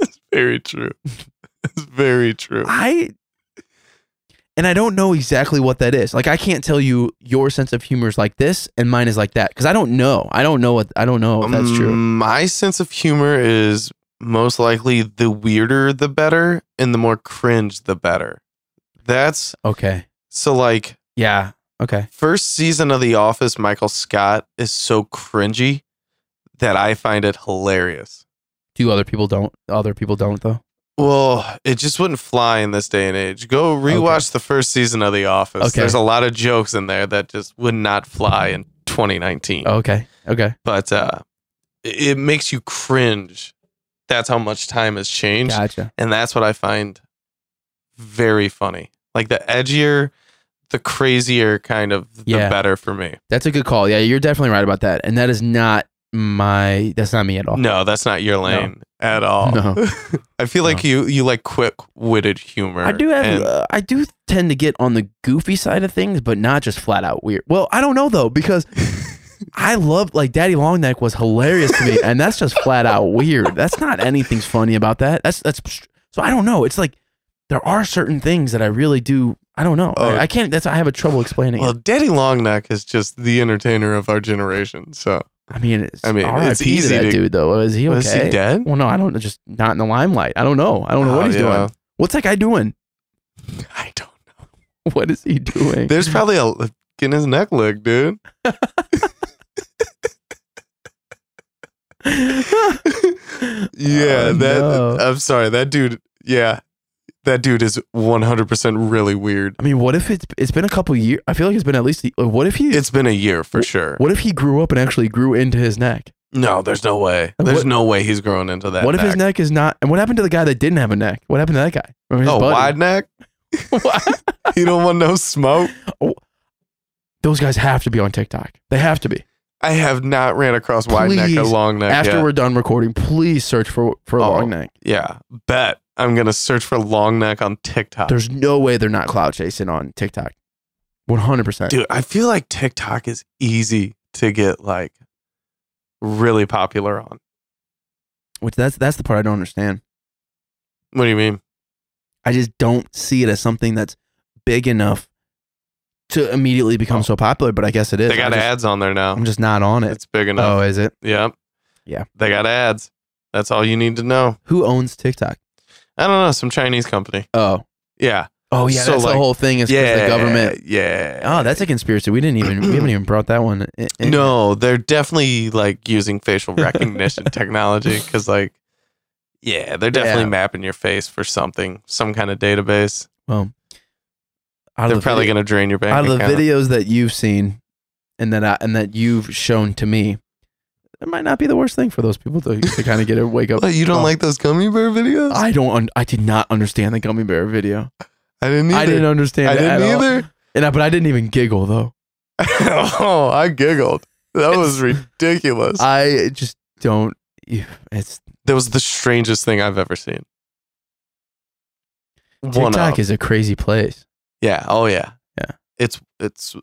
S1: It's very true. (laughs) It's very true.
S2: I and I don't know exactly what that is. Like I can't tell you your sense of humor is like this and mine is like that because I don't know. I don't know what I don't know if that's true.
S1: Um, My sense of humor is most likely the weirder the better and the more cringe the better. That's
S2: Okay.
S1: so like
S2: Yeah. Okay.
S1: First season of The Office, Michael Scott is so cringy that I find it hilarious.
S2: Do other people don't? Other people don't though.
S1: Well, it just wouldn't fly in this day and age. Go rewatch the first season of The Office.
S2: Okay.
S1: There's a lot of jokes in there that just would not fly in 2019.
S2: Okay. Okay.
S1: But uh, it it makes you cringe. That's how much time has changed.
S2: Gotcha.
S1: And that's what I find very funny. Like the edgier, the crazier kind of the
S2: Yeah.
S1: better for me.
S2: That's a good call. Yeah, you're definitely right about that. And that is not my. That's not me at all.
S1: No, that's not your lane at all.
S2: Oh. No.
S1: (laughs) I feel like you you like quick witted humor.
S2: I do have.
S1: and-
S2: Uh, I do tend to get on the goofy side of things, but not just flat out weird. Well, I don't know
S1: (laughs)
S2: though because I love like Daddy Longneck was hilarious to me, and that's just flat out weird. That's not anything's funny about that. That's that's so I don't know. It's like there are certain things that I really do. I don't know.
S1: Oh.
S2: I, I can't. That's I have a trouble explaining.
S1: well,
S2: it.
S1: Daddy Longneck is just the entertainer of our generation. So
S2: I mean, it's,
S1: I mean,
S2: RIP
S1: it's easy
S2: to that
S1: to-
S2: dude though. Is he okay?
S1: was he dead?
S2: Well, no, I don't. Just not in the limelight. I don't know. I don't know
S1: Oh,
S2: what he's
S1: yeah.
S2: doing. What's that guy doing? (laughs)
S1: I don't.
S2: What is he doing?
S1: There's probably a getting his neck licked, dude. Yeah,
S2: (laughs)
S1: (laughs)
S2: Oh,
S1: that.
S2: no.
S1: I'm sorry, that dude. Yeah, that dude is 100 percent really weird.
S2: I mean, what if it's it's been a couple years? I feel like it's been at least. uh, What if he?
S1: It's been a year for
S2: Wh-
S1: sure.
S2: what if he grew up and actually grew into his neck?
S1: No, there's no way.
S2: And
S1: There's
S2: what-
S1: no way he's growing into that.
S2: what if his neck is not? And what happened to the guy that didn't have a neck? What happened to that guy? Remember his
S1: Oh,
S2: buddy? (laughs)
S1: wide neck.
S2: What?
S1: You don't want no smoke.
S2: Those guys have to be on TikTok. They have to be.
S1: I have not ran across wide neck or
S2: Please,
S1: long neck.
S2: After
S1: yet.
S2: we're done recording, please search for for
S1: Oh.
S2: long neck.
S1: Yeah, bet I'm gonna search for long neck on TikTok.
S2: There's no way they're not cloud chasing on TikTok. One hundred percent.
S1: Dude, I feel like TikTok is easy to get like really popular on.
S2: Which that's that's the part I don't understand.
S1: What do you mean?
S2: I just don't see it as something that's big enough to immediately become so popular. But I guess it is.
S1: Oh. They got
S2: I just,
S1: ads on there now.
S2: I'm just not on it.
S1: It's big enough.
S2: Oh, is it?
S1: Yep.
S2: Yeah.
S1: They got ads. That's all you need to know.
S2: Who owns TikTok?
S1: I don't know, some Chinese company.
S2: Oh,
S1: Yeah.
S2: oh yeah.
S1: So,
S2: that's
S1: like,
S2: the whole thing is 'cause
S1: yeah.
S2: the government.
S1: Yeah.
S2: Oh, that's a conspiracy. We didn't even we haven't even brought that one. In, in-
S1: no, they're definitely like using facial
S2: (laughs)
S1: recognition technology because, like, yeah, they're definitely
S2: Yeah.
S1: mapping your face for something, some kind of database.
S2: Well, out
S1: they're
S2: the
S1: probably
S2: video-
S1: going to drain your bank
S2: out of the
S1: account.
S2: videos that you've seen and that I, and that you've shown to me, it might not be the worst thing for those people to, to kind of get a wake up.
S1: What, you don't
S2: Oh.
S1: like those gummy bear videos?
S2: I don't. Un- I did not understand the gummy bear video.
S1: I didn't either.
S2: I didn't understand.
S1: I
S2: it
S1: didn't
S2: at all.
S1: either.
S2: And I, but I didn't even giggle though.
S1: (laughs) oh, I giggled. That was ridiculous.
S2: I just don't. It's
S1: that was the strangest thing I've ever seen. One
S2: TikTok
S1: of.
S2: is a crazy place.
S1: yeah. Oh yeah.
S2: Yeah.
S1: It's it's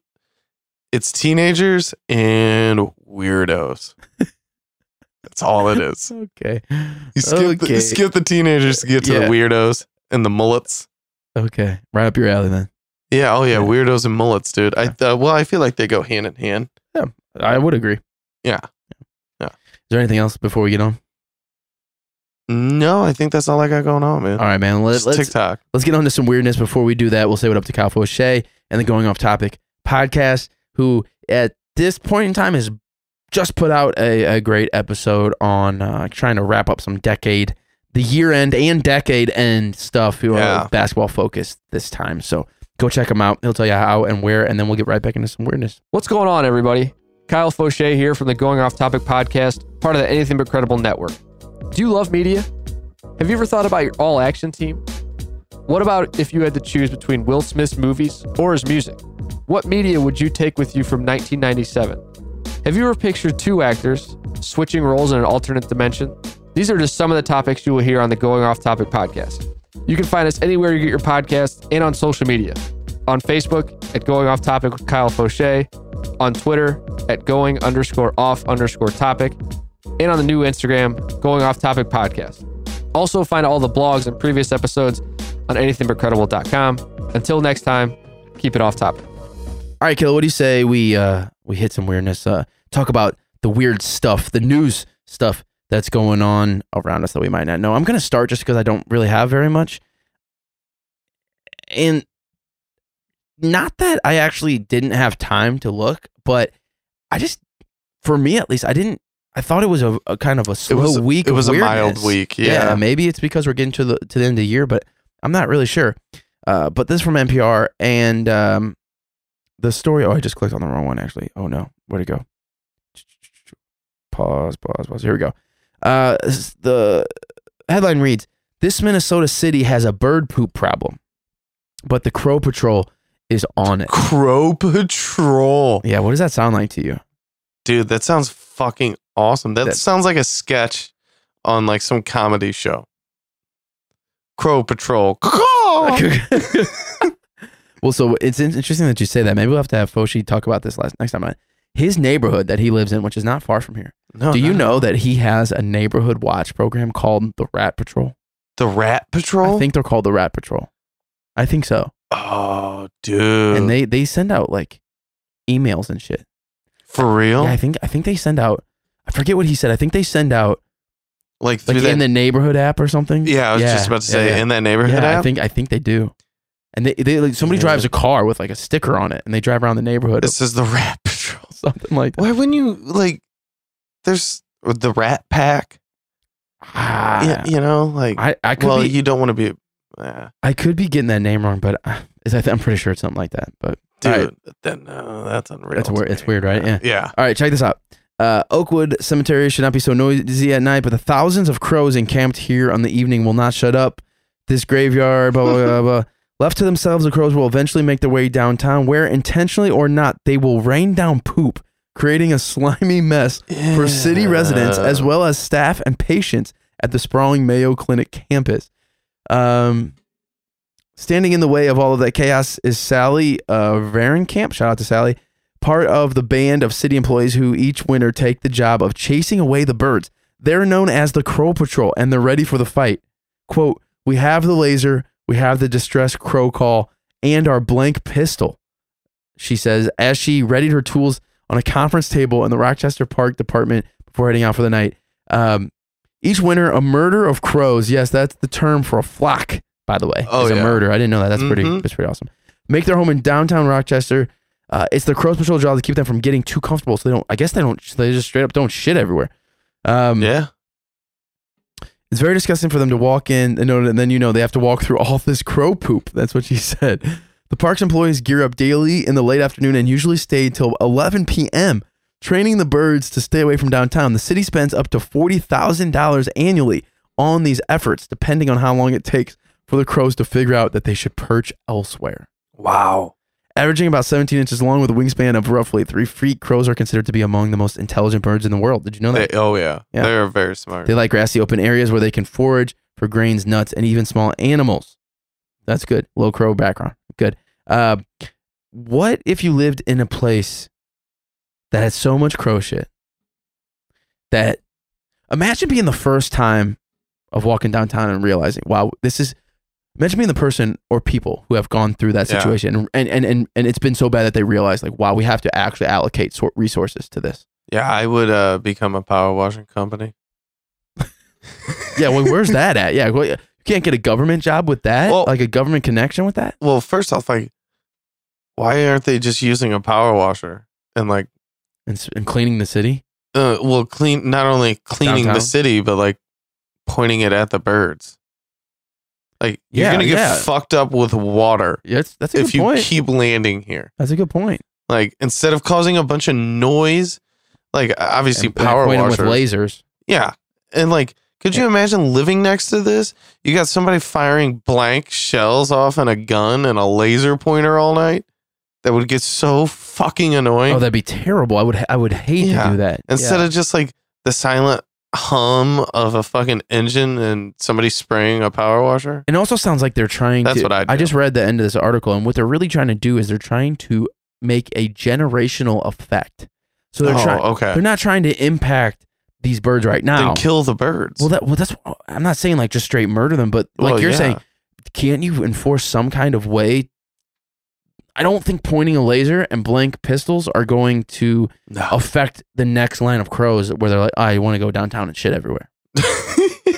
S1: it's teenagers and
S2: (laughs)
S1: weirdos. That's all it is.
S2: Okay.
S1: You skip, the,
S2: Okay.
S1: you skip the teenagers to get to the
S2: Yeah.
S1: weirdos and the mullets.
S2: Okay. Right up your alley then.
S1: Yeah. Oh yeah.
S2: Yeah.
S1: Weirdos and mullets, dude. I uh, well, I feel like they go hand in hand.
S2: I would agree.
S1: Yeah.
S2: Is
S1: Yeah.
S2: there anything else before we get on?
S1: No, I think that's all I got going on, man.
S2: All right, man. Let,
S1: Just
S2: let's
S1: TikTok.
S2: Let's get on to some weirdness before we do that. We'll say what up to Kyle Fauché and the Going Off Topic podcast, who at this point in time has just put out a, a great episode on uh, trying to wrap up some decade, the year end and decade end stuff. You
S1: Yeah.
S2: are basketball focused this time. So go check him out. He'll tell you how and where, and then we'll get right back into some weirdness.
S3: What's going on, everybody? Kyle Fauché here from the Going Off Topic podcast, part of the Anything But Credible network. Do you love media? Have you ever thought about your all action team? What about if you had to choose between Will Smith's movies or his music? What media would you take with you from 1997? Have you ever pictured two actors switching roles in an alternate dimension? These are just some of the topics you will hear on the Going Off Topic podcast. You can find us anywhere you get your podcast and on social media. On Facebook at Going Off Topic with Kyle Fauché, on Twitter at Going underscore off underscore topic, and on the new Instagram, Going Off Topic Podcast. Also, find all the blogs and previous episodes on anythingbutcredible.com. Until next time, keep it off topic.
S2: All right, Killer, what do you say we uh, we hit some weirdness? Uh, talk about the weird stuff, the news stuff that's going on around us that we might not know. I'm gonna start just because I don't really have very much. and not that I actually didn't have time to look, but I just, for me at least, I didn't. I thought it was a, a kind of a slow
S1: was-
S2: week.
S1: it
S2: of
S1: was a mild
S2: weirdness.
S1: week. Yeah.
S2: Uh, maybe it's because we're getting to the to the end of the year, but I'm not really sure. Uh, but this is from NPR and um, the story. Oh, I just clicked on the wrong one. Actually, oh no, where'd it go? Pause, pause, pause. Here we go. Uh, this is- the headline reads: This Minnesota city has a bird poop problem, but the Crow Patrol is on it.
S1: Crow Patrol.
S2: Yeah, what does that sound like to you?
S1: Dude, that sounds fucking awesome. That,
S2: That-
S1: sounds like a sketch on like some comedy show. Crow (laughs) Patrol. Oh.
S2: (laughs) well, so it's in- interesting that you say that. Maybe we'll have to have Foshi talk about this last next time. I- His neighborhood that he lives in, which is not far from here.
S1: No,
S2: Do
S1: Oh, no,
S2: you
S1: no.
S2: know that he has a neighborhood watch program called the Rat Patrol?
S1: the Rat Patrol?
S2: I think they're called the Rat Patrol. I think so.
S1: oh, dude.
S2: And they they send out like emails and shit.
S1: For real?
S2: Yeah, I think I think they send out. I forget what he said. I think they send out
S1: like through
S2: like
S1: that.
S2: in the neighborhood app or something.
S1: (laughs) yeah, I was just about to
S2: yeah,
S1: say
S2: yeah.
S1: in that neighborhood
S2: yeah,
S1: app.
S2: I think I think they do. And they, they like, somebody
S1: Yeah.
S2: drives a car with like a sticker on it, and they drive around the neighborhood or
S1: this is the Rat Patrol.
S2: (laughs) something like that.
S1: Why wouldn't you like? There's or the Rat Pack.
S2: Ah,
S1: Yeah, you know, like.
S2: I, I could
S1: well,
S2: be
S1: you don't want to be. Uh,
S2: I could be getting that name wrong, but uh, is I th- I'm pretty sure it's something like that. But
S1: dude,
S2: All right.
S1: then uh, that's unreal.
S2: That's
S1: to
S2: weird- it's
S1: me.
S2: weird, right? Yeah.
S1: Yeah.
S2: all right, check this out. Uh, Oakwood Cemetery should not be so noisy at night, but the thousands of crows encamped here on the evening will not shut up. This graveyard, blah blah
S1: (laughs)
S2: blah. blah. Left to themselves, the crows will eventually make their way downtown, where intentionally or not, they will rain down poop, creating a slimy mess for city residents as well as staff and patients at the sprawling Mayo Clinic campus. Um, standing in the way of all of that chaos is Sally uh, Varenkamp. Shout out to Sally, part of the band of city employees who each winter take the job of chasing away the birds. They're known as the Crow Patrol, and they're ready for the fight. "Quote: We have the laser, we have the distress crow call, and our blank pistol," she says as she readied her tools on a conference table in the Rochester Park Department before heading out for the night. Um, each winter, a murder of crows. Yes, that's the term for a flock, by the way.
S1: Oh,
S2: is
S1: yeah.
S2: a murder. I didn't know that. That's pretty.
S1: Mhm.
S2: That's pretty awesome. Make their home in downtown Rochester. Uh, it's the crows patrol job to keep them from getting too comfortable, so they don't. I guess they don't. They just straight up don't shit everywhere. Um,
S1: Yeah.
S2: it's very disgusting for them to walk in and, know- and then you know they have to walk through all this crow poop. That's what she (laughs) said. The park's employees gear up daily in the late afternoon and usually stay till 11 p.m. Training the birds to stay away from downtown. The city spends up to $40,000 annually on these efforts, depending on how long it takes for the crows to figure out that they should perch elsewhere.
S1: Wow.
S2: Averaging about 17 inches long with a wingspan of roughly three feet, crows are considered to be among the most intelligent birds in the world. Did you know that?
S1: They, oh yeah.
S2: Yeah.
S1: They're very smart.
S2: They like grassy open areas where they can forage for grains, nuts, and even small animals. That's good. Low crow background. Good. Uh, what if you lived in a place that had so much crow shit that imagine being the first time of walking downtown and realizing, wow, this is imagine being the person or people who have gone through that
S1: Yeah.
S2: situation and, and, and, and it's been so bad that they realize like, wow, we have to actually allocate sort resources to this.
S1: yeah, I would uh, become a power washing company.
S2: Yeah, well, where's that at? Yeah, well, you can't get a government job with that,
S1: Well-
S2: like a government connection with that.
S1: Well, first off, like, why aren't they just using a power washer and like,
S2: And, s- and cleaning the city.
S1: uh, well, clean not only cleaning the
S2: Downtown?
S1: city but like pointing it at the birds. Like you're
S2: Yeah,
S1: gonna get
S2: yeah.
S1: fucked up with water
S2: Yeah, that's, that's a
S1: if
S2: good
S1: you
S2: point.
S1: keep landing here.
S2: that's a good point.
S1: Like instead of causing a bunch of noise, like obviously
S2: And- and
S1: power
S2: point 'em
S1: washer.
S2: with lasers.
S1: yeah, and like, could you imagine living next to this? You got somebody firing blank shells off and a gun and a laser pointer all night. That would get so fucking annoying.
S2: Oh, that'd be terrible. I would ha- I would hate
S1: Yeah.
S2: to do that.
S1: instead of just like the silent hum of a fucking engine and somebody spraying a power washer.
S2: it also sounds like they're trying.
S1: That's
S2: to,
S1: what I'd
S2: I
S1: do.
S2: just read the end of this article, and what they're really trying to do is they're trying to make a generational effect. So they're
S1: oh,
S2: trying.
S1: okay.
S2: They're not trying to impact these birds right now.
S1: Then kill the birds.
S2: well, that well, that's I'm not saying like just straight murder them, but like
S1: Well,
S2: you're
S1: yeah.
S2: saying, can't you enforce some kind of way? I don't think pointing a laser and blank pistols are going to
S1: No.
S2: affect the next line of crows where they're like, I want to go downtown and shit everywhere.
S1: (laughs)
S2: Do you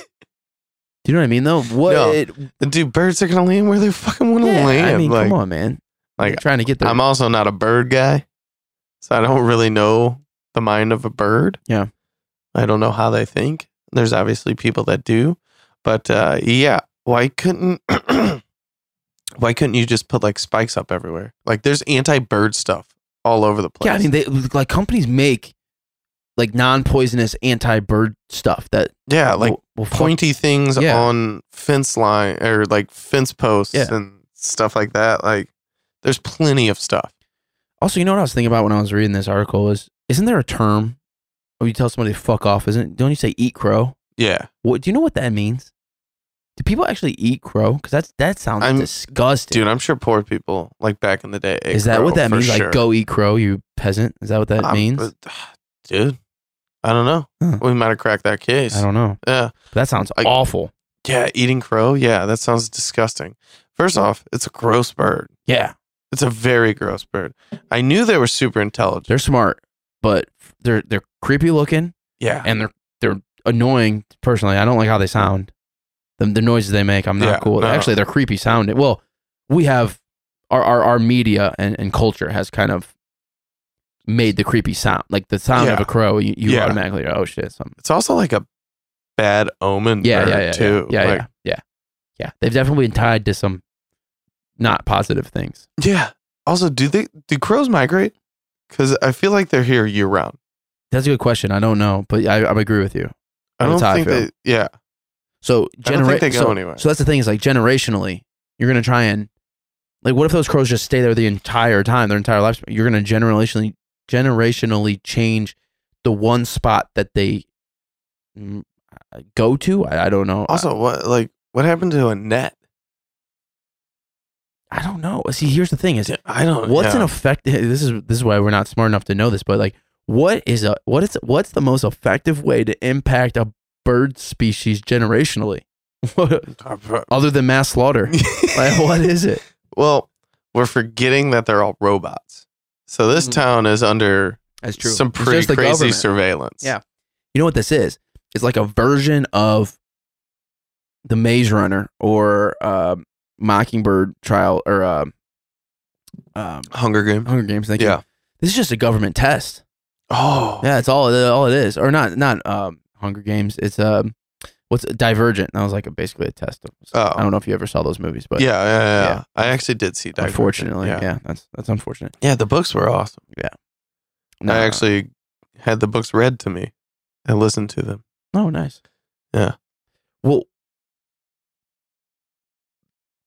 S2: know what I mean though? What
S1: No.
S2: it-
S1: Dude, birds are gonna land where they fucking want to
S2: yeah,
S1: land.
S2: I mean,
S1: like,
S2: come on, man.
S1: Like,
S2: trying to get there.
S1: I'm also not a bird guy, so I don't really know the mind of a bird.
S2: Yeah.
S1: I don't know how they think. There's obviously people that do, but uh, yeah, why couldn't (clears throat) why couldn't you just put like spikes up everywhere? Like there's anti-bird stuff all over the place.
S2: yeah, I mean, they like companies make like non-poisonous anti-bird stuff that
S1: yeah, Uh, like
S2: will, will fuck-
S1: pointy things
S2: Yeah.
S1: on fence line or like fence posts
S2: Yeah.
S1: and stuff like that. Like there's plenty of stuff.
S2: Also, you know what I was thinking about when I was reading this article is isn't there a term when you tell somebody to fuck off? Isn't don't you say eat crow?
S1: Yeah,
S2: What do you know what that means? Do people actually eat crow? Because that's that sounds
S1: I'm-
S2: disgusting.
S1: dude, I'm sure poor people like back in the day. ate
S2: is that what
S1: crow
S2: that
S1: for
S2: means?
S1: sure.
S2: Like go eat crow, you peasant. Is that what that
S1: I'm-
S2: means?
S1: uh, (sighs) dude. I don't know.
S2: Huh.
S1: We might have cracked that case.
S2: I don't know.
S1: Yeah,
S2: That sounds
S1: Like-
S2: awful.
S1: yeah. Eating crow. Yeah, that sounds disgusting. First off, it's a gross bird.
S2: Yeah,
S1: It's a very gross bird. I knew they were super intelligent.
S2: they're smart, but they're they're creepy looking
S1: Yeah,
S2: and they're they're annoying. Personally, I don't like how they sound. The, the noises they make, I'm not
S1: Yeah,
S2: cool. with.
S1: no.
S2: Actually, they're creepy sounding. Well, we have our our, our media and, and culture has kind of made the creepy sound, like the sound of
S1: Yeah.
S2: a crow. You, you
S1: Yeah.
S2: automatically, oh shit, something.
S1: it's also like a bad omen.
S2: Yeah,
S1: bird
S2: yeah, yeah,
S1: too.
S2: yeah, yeah,
S1: Like,
S2: yeah, yeah, yeah. They've definitely been tied to some not positive things.
S1: yeah. Also, do they do crows migrate? Because I feel like they're here year round.
S2: That's a good question. I don't know, but I, I agree with you.
S1: I
S2: That's
S1: don't
S2: how I
S1: think
S2: feel.
S1: they. Yeah,
S2: So
S1: don't think they
S2: generate.
S1: go
S2: So,
S1: anywhere.
S2: so that's the thing is like generationally, you're gonna try and like what if those crows just stay there the entire time, their entire lifespan? You're gonna generationally generationally change the one spot that they mm, go to. I, I don't know.
S1: Also, what like what happened to a net?
S2: I, I don't know. See, here's the thing is
S1: I don't.
S2: what's
S1: yeah.
S2: an effective (laughs) this is this is why we're not smart enough to know this but like what is a what is what's the most effective way to impact a bird species generationally
S1: (laughs)
S2: (laughs) other than mass slaughter like (laughs) what is it
S1: Well, we're forgetting that they're all robots. So this
S2: Mm-hmm.
S3: Mhm.
S1: town is under
S2: that's
S1: some pretty crazy surveillance.
S2: Yeah. you know what this is it's like a version of the maze runner or um mockingbird trial or um, um
S1: Hunger Game.
S2: hunger games thank
S1: Yeah.
S2: you this is just a government test
S1: Oh.
S2: Yeah, it's all all it is, or not not um, Hunger Games. It's um, what's Divergent? That was like a, basically a test. Of,
S1: Oh.
S2: I don't know if you ever saw those movies, but
S1: Yeah, yeah, yeah,
S2: Yeah.
S1: I actually did see that.
S2: unfortunately, yeah.
S1: yeah.
S2: that's that's unfortunate.
S1: Yeah, the books were awesome.
S2: No,
S1: I actually had the books read to me and listened to them.
S2: no, nice.
S1: Yeah.
S2: Well,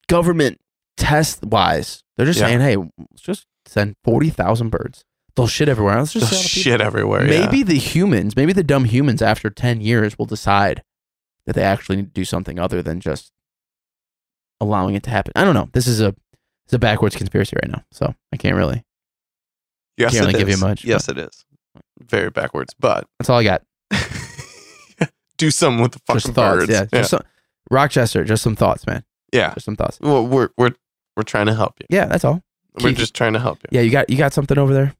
S2: government test wise, they're just
S1: Yeah.
S2: saying, hey, let's just send forty thousand birds. They'll shit everywhere. Let's just
S1: There's
S2: send
S1: shit everywhere.
S2: Maybe the humans, maybe the dumb humans after 10 years will decide that they actually need to do something other than just allowing it to happen. I don't know. This is a it's a backwards conspiracy right now. So I can't really.
S1: yeah. yes,
S2: can't
S1: it
S2: really give you
S1: is.
S2: much,
S1: Yes, it is. Very backwards, but (laughs)
S2: That's all I got.
S1: do something with the fucking
S2: Just thoughts.
S1: birds.
S2: Yeah. Just Some, Rochester, just some thoughts, man.
S1: yeah.
S2: Just some thoughts.
S1: Well, we're we're we're trying to help you.
S2: Yeah, that's all.
S1: We're
S2: Keith-
S1: just trying to help you.
S2: Yeah, you got you got something over there.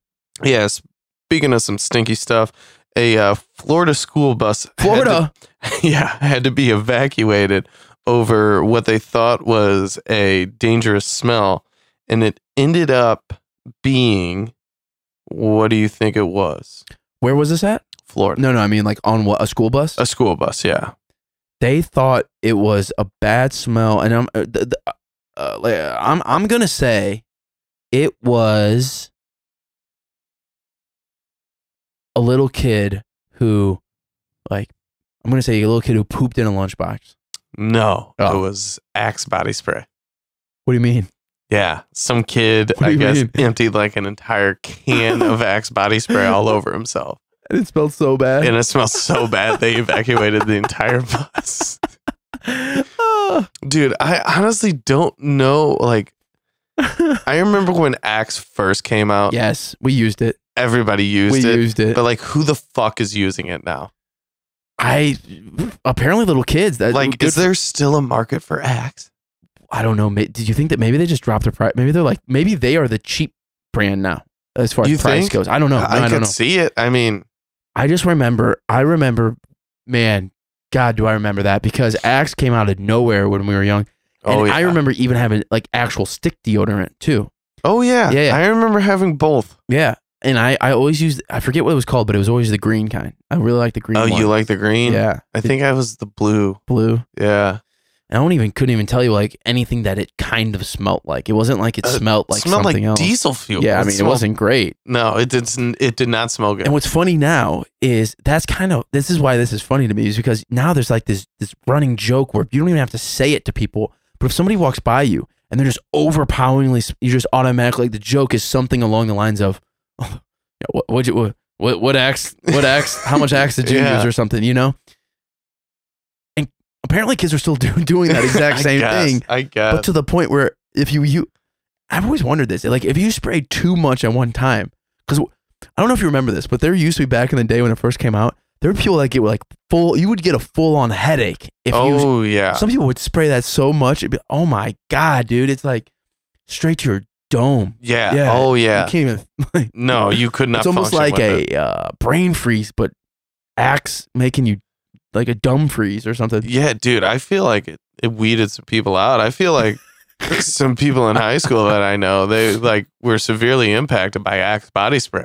S1: Yeah, speaking of some stinky stuff, a uh, Florida school bus, had
S2: (laughs) Florida.
S1: to, (laughs) yeah, had to be evacuated over what they thought was a dangerous smell, and it ended up being, what do you think it was?
S2: Where was this at?
S1: Florida,
S2: No, no, I mean like on what a school bus?
S1: a school bus, yeah,
S2: they thought it was a bad smell, and I'm uh, the, the, uh, like, uh, I'm I'm gonna say it was a little kid who, like, I'm gonna say a little kid who pooped in a lunchbox.
S1: no,
S2: Oh.
S1: it was Axe body spray.
S2: What do you mean? (laughs)
S1: Yeah, some kid,
S2: do
S1: I
S2: you
S1: guess,
S2: mean?
S1: emptied like an entire can of Axe body spray all over himself.
S2: And it smelled so bad. (laughs)
S1: And it smells so bad they evacuated the entire bus.
S2: Ah.
S1: Dude, I honestly don't know. Like, I remember when Axe first came
S2: (laughs)
S1: out,
S2: Oh. yes, we used it.
S1: everybody used
S2: we
S1: it.
S2: used it.
S1: But, like, who the fuck is using it now?
S2: I apparently little kids that
S1: Like,
S2: good
S1: is there still a market for Axe?
S2: I don't know. May- Did you think that maybe they just dropped their price? Maybe they're like, maybe they are the cheap brand now as far as
S1: You
S2: price
S1: think?
S2: goes. I don't know. No,
S1: I,
S2: I,
S1: could
S2: don't know.
S1: see it. I mean,
S2: I just remember. I remember, man. God, do I remember that because Axe came out of nowhere when we were young, and
S1: oh, yeah.
S2: I remember even having like actual stick deodorant too.
S1: Oh yeah.
S2: Yeah, yeah.
S1: I remember having both.
S2: Yeah. And I, I always used I forget what it was called, but it was always the green kind. I really like the green.
S1: Oh,
S2: one.
S1: you like the green?
S2: Yeah.
S1: I
S2: The
S1: think I was the blue.
S2: blue.
S1: Yeah.
S2: And I don't even couldn't even tell you like anything that it kind of smelt like. It wasn't like it
S1: Uh,
S2: smelled like
S1: smelled like
S2: something else.
S1: diesel fuel.
S2: yeah, I mean it
S1: smelled-
S2: wasn't great.
S1: No, it didn't. It did not smell good.
S2: And what's funny now is that's kind of this is why this is funny to me is because now there's like this this running joke where you don't even have to say it to people, but if somebody walks by you and they're just overpoweringly, s- you just automatically like the joke is something along the lines of, (laughs) oh, yeah, what what'd you, what what what axe what axe how much axe did
S1: (laughs)
S2: you
S1: Yeah.
S2: use or something you know, and apparently kids are still (laughs) do, doing
S1: (laughs)
S2: that exact
S1: I
S2: same
S1: guess,
S2: thing,
S1: I
S2: but
S1: guess.
S2: to the point where if you you I've always wondered this like if you spray too much at one time because I don't know if you remember this but there used to be back in the day when it first came out there were people that get like full you would get a full on headache if you
S1: oh yeah.
S2: some people would spray that so much it'd be oh my god dude it's like straight to your dome
S1: yeah.
S2: Yeah.
S1: Oh yeah.
S2: you can't even like, (laughs)
S1: no, you could not.
S2: it's almost
S1: function
S2: like
S1: with
S2: a
S1: it.
S2: uh, brain freeze but axe making you like a dumb freeze or something
S1: Yeah, dude. I feel like it, it weeded some people out. I feel
S2: (laughs)
S1: like some people in high school that I know they like were severely impacted by Axe body spray.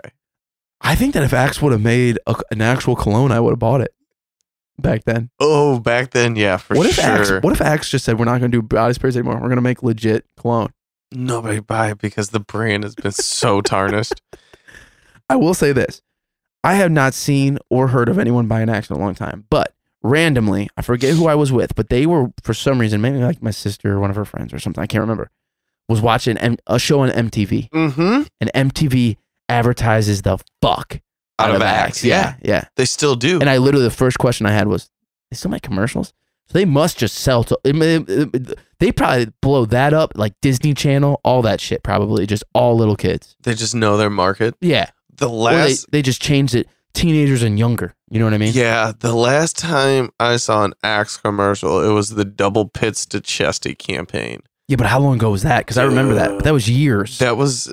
S2: I think that if Axe would have made a, an actual cologne I would have bought it back then.
S1: Oh, back then, yeah, for
S2: what if
S1: sure.
S2: Axe? What if Axe just said we're not going to do body sprays anymore? We're going to make legit cologne.
S1: Nobody buy it because the brand has been
S2: (laughs)
S1: so tarnished.
S2: I will say this: I have not seen or heard of anyone buy an Axe in a long time. But randomly, I forget who I was with, but they were for some reason, maybe like my sister or one of her friends or something. I can't remember. Was watching M- a show on MTV,
S1: mm-hmm.
S2: and MTV advertises the fuck
S1: Out, of, Axe, yeah.
S2: yeah.
S1: They still do.
S2: And I literally, the first question I had was, they still make commercials? So they must just sell to, I mean, it- it- they probably blow that up like Disney Channel, all that shit, probably just all little kids.
S1: they just know their market.
S2: Yeah.
S1: The
S2: Or they,
S1: last
S2: they just changed it teenagers and younger. You know what I mean?
S1: Yeah, the last time I saw an Axe commercial, it was the Double Pits to Chesty campaign.
S2: Yeah, but how long ago was that? Because I remember that. But that was years.
S1: That was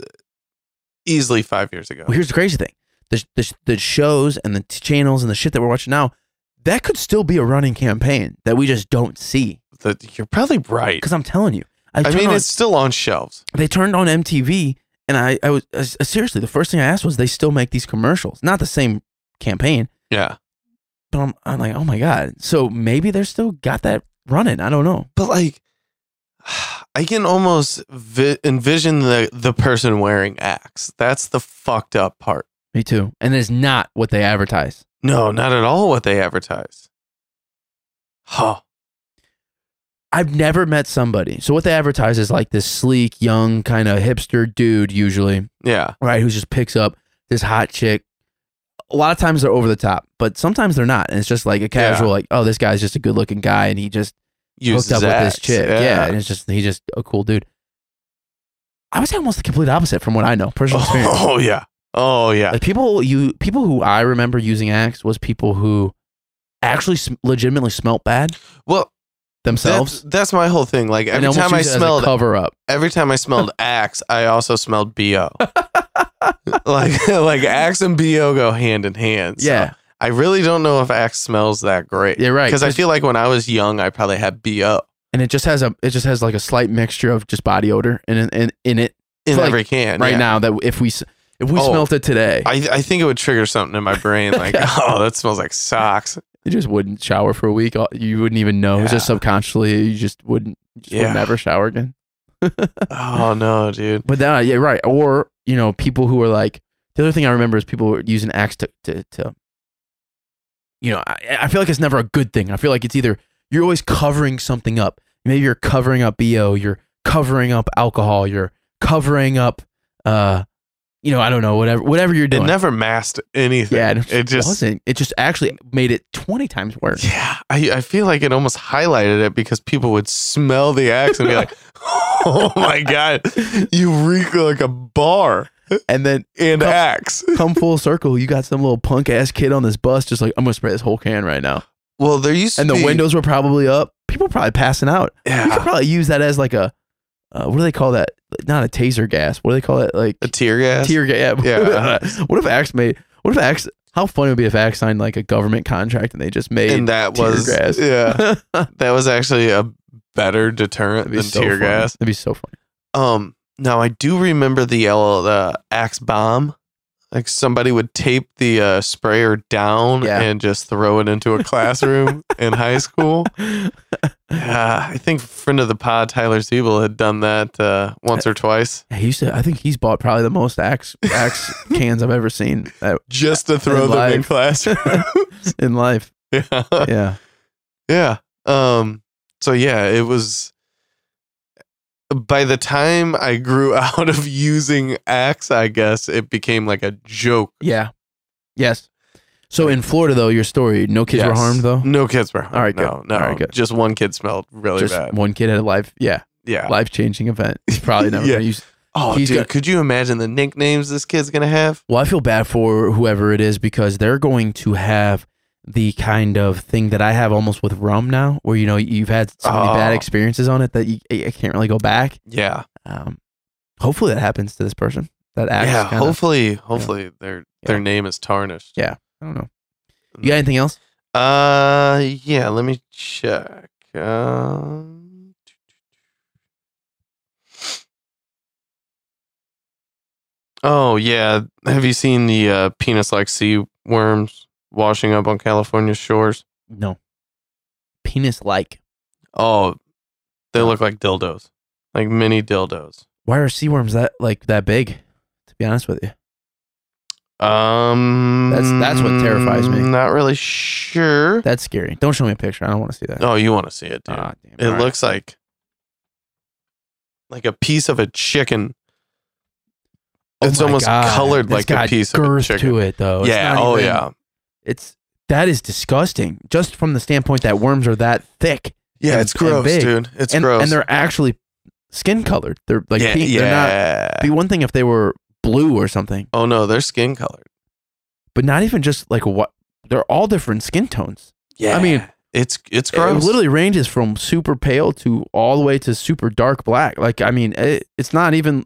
S1: easily five years ago.
S2: well, here's the crazy thing the, the, the shows and the t- channels and the shit that we're watching now, that could still be a running campaign that we just don't see.
S1: The- you're probably right.
S2: Because I'm telling you,
S1: I
S2: turn
S1: mean,
S2: on-
S1: it's still on shelves.
S2: they turned on MTV, and I, I was I, seriously the first thing I asked was they still make these commercials, not the same campaign,
S1: Yeah,
S2: but I'm I'm like oh my god, so maybe they're still got that running. I don't know.
S1: but like, I can almost vi- envision the the person wearing Axe. That's the fucked up part.
S2: Me too. And it's not what they advertise.
S1: No, not at all what they advertise. Huh.
S2: I've never met somebody. So what they advertise is like this sleek, young kind of hipster dude usually,
S1: Yeah.
S2: right? Who just picks up this hot chick. A lot of times they're over the top, but sometimes they're not. And it's just like a casual, like, oh, this guy's just a good looking guy and he just hooked up with
S1: Axe,
S2: this chick. Yeah. and it's just he's just a cool dude. I would say almost the complete opposite from what I know,
S1: (laughs)
S2: personal experience.
S1: Oh yeah. Oh yeah.
S2: Like people you people who I remember using Axe was people who actually sm- legitimately smelt bad
S1: Well,
S2: themselves.
S1: That's, that's my whole thing. Like
S2: and
S1: every
S2: almost
S1: time I
S2: used it as a
S1: smelled,
S2: cover up.
S1: every time I
S2: (laughs)
S1: smelled Axe, I also smelled Bo. (laughs) like (laughs) like Axe and Bo go hand in hand. So
S2: yeah,
S1: I really don't know if Axe smells that great.
S2: yeah, right.
S1: Because I feel like when I was young, I probably had Bo
S2: and it just has a it just has like a slight mixture of just body odor in in, in, in it
S1: in
S2: Like,
S1: every can
S2: right
S1: yeah.
S2: now. That if we s- if we
S1: Oh.
S2: smelt it today,
S1: I I think it would trigger something in my
S2: (laughs)
S1: brain like oh that smells like socks.
S2: you just wouldn't shower for a week. You wouldn't even know. It's just subconsciously you just wouldn't you just
S1: Yeah.
S2: would never shower again.
S1: Oh no,
S2: (laughs)
S1: dude.
S2: But that, yeah, right. Or you know, people who are like the other thing I remember is people were using axe to to, to you know. I, I feel like it's never a good thing. I feel like it's either you're always covering something up. Maybe you're covering up bo. You're covering up alcohol. You're covering up, uh, you know, I don't know, whatever, whatever you're
S1: It
S2: doing.
S1: never masked anything.
S2: yeah,
S1: it, just
S2: wasn't. It just actually made it twenty times worse.
S1: (laughs) (laughs) Yeah, I, I feel like it almost highlighted it because people would smell the axe and be like, (laughs) "Oh my god, you reek like a bar
S2: And then
S1: and
S2: Come-
S1: axe."
S2: come full circle, you got some little punk ass kid on this bus, just like I'm gonna spray this whole can right now.
S1: Well, there used to
S2: And the
S1: be-
S2: windows were probably up. People were probably passing out. You could
S1: (laughs) yeah,
S2: probably use that as like a uh, what do they call that? Not a taser gas. What do they call it? Like
S1: a tear gas.
S2: tear (laughs) gas.
S1: Yeah. uh-huh.
S2: what if Axe made? What if Axe? How funny it would be if Axe signed like a government contract and they just made?
S1: and that
S2: tear
S1: was
S2: gas.
S1: yeah,
S2: (laughs) That'd
S1: that was actually a better deterrent
S2: be
S1: than
S2: so
S1: tear
S2: funny.
S1: gas.
S2: That'd be so funny.
S1: Um, Now I do remember the yellow, the axe bomb. Like somebody would tape the uh, sprayer down
S2: Yeah.
S1: and just throw it into a
S2: (laughs)
S1: classroom in high school. Yeah, I think friend of the pod Tyler Siebel had done that uh, once or twice,
S2: He used to. I think he's bought probably the most axe
S1: (laughs)
S2: axe cans I've ever seen uh,
S1: just to throw them in
S2: live. (laughs)
S1: classrooms.
S2: in life.
S1: (laughs) yeah.
S2: Yeah.
S1: Yeah. Um so yeah, it was by the time I grew (laughs) out of using axe, I guess it became like a joke.
S2: Yeah. Yes. So in Florida, though, your story, no kids were
S1: Yes.
S2: harmed, though.
S1: No kids were harmed.
S2: All right, good.
S1: no, no.
S2: All right, good.
S1: Just one kid smelled really
S2: Just
S1: bad.
S2: one kid had a life, yeah,
S1: Yeah.
S2: life changing event.
S1: (laughs)
S2: He's probably never
S1: Yeah.
S2: gonna use.
S1: oh,
S2: he's
S1: dude,
S2: got-
S1: could you imagine the nicknames this kid's gonna have?
S2: Well, I feel bad for whoever it is because they're going to have the kind of thing that I have almost with rum now, where you know you've had so many bad
S1: Oh.
S2: experiences on it that you I can't really go back.
S1: Yeah.
S2: Um, hopefully that happens to this person. That acts.
S1: yeah.
S2: kinda-
S1: hopefully hopefully their their
S2: Yeah.
S1: name is tarnished.
S2: Yeah. I don't know. You got anything else?
S1: Uh yeah, let me check. Um Oh yeah, have you seen the uh, penis-like sea worms washing up on California shores?
S2: No. Penis like.
S1: Oh, they look like dildos. Like mini dildos.
S2: Why are sea worms that like that big? To be honest with you,
S1: Um
S2: that's what terrifies me.
S1: Not really sure.
S2: that's scary. Don't show me a picture. I don't want to see that.
S1: oh, you want to see it, dude.
S2: Ah, damn,
S1: It
S2: all right.
S1: looks like like a piece of a chicken.
S2: Oh
S1: It's
S2: my
S1: almost
S2: God.
S1: colored
S2: It's
S1: like the
S2: got
S1: piece of a
S2: girth
S1: chicken.
S2: to it, though. It's
S1: yeah.
S2: not
S1: Oh
S2: even-
S1: yeah.
S2: It's that is disgusting. Just from the standpoint that worms are that thick.
S1: Yeah.
S2: and-
S1: it's
S2: and
S1: gross,
S2: big.
S1: dude. It's
S2: and,
S1: gross.
S2: and they're actually skin colored. They're like
S1: yeah.
S2: pink. They're not.
S1: yeah.
S2: Be one thing if they were blue or something,
S1: oh no, they're skin colored.
S2: but not even just like what. They're all different skin tones.
S1: Yeah.
S2: I mean,
S1: it's it's
S2: It
S1: gross.
S2: literally ranges from super pale to all the way to super dark black. Like I mean, it, it's not even.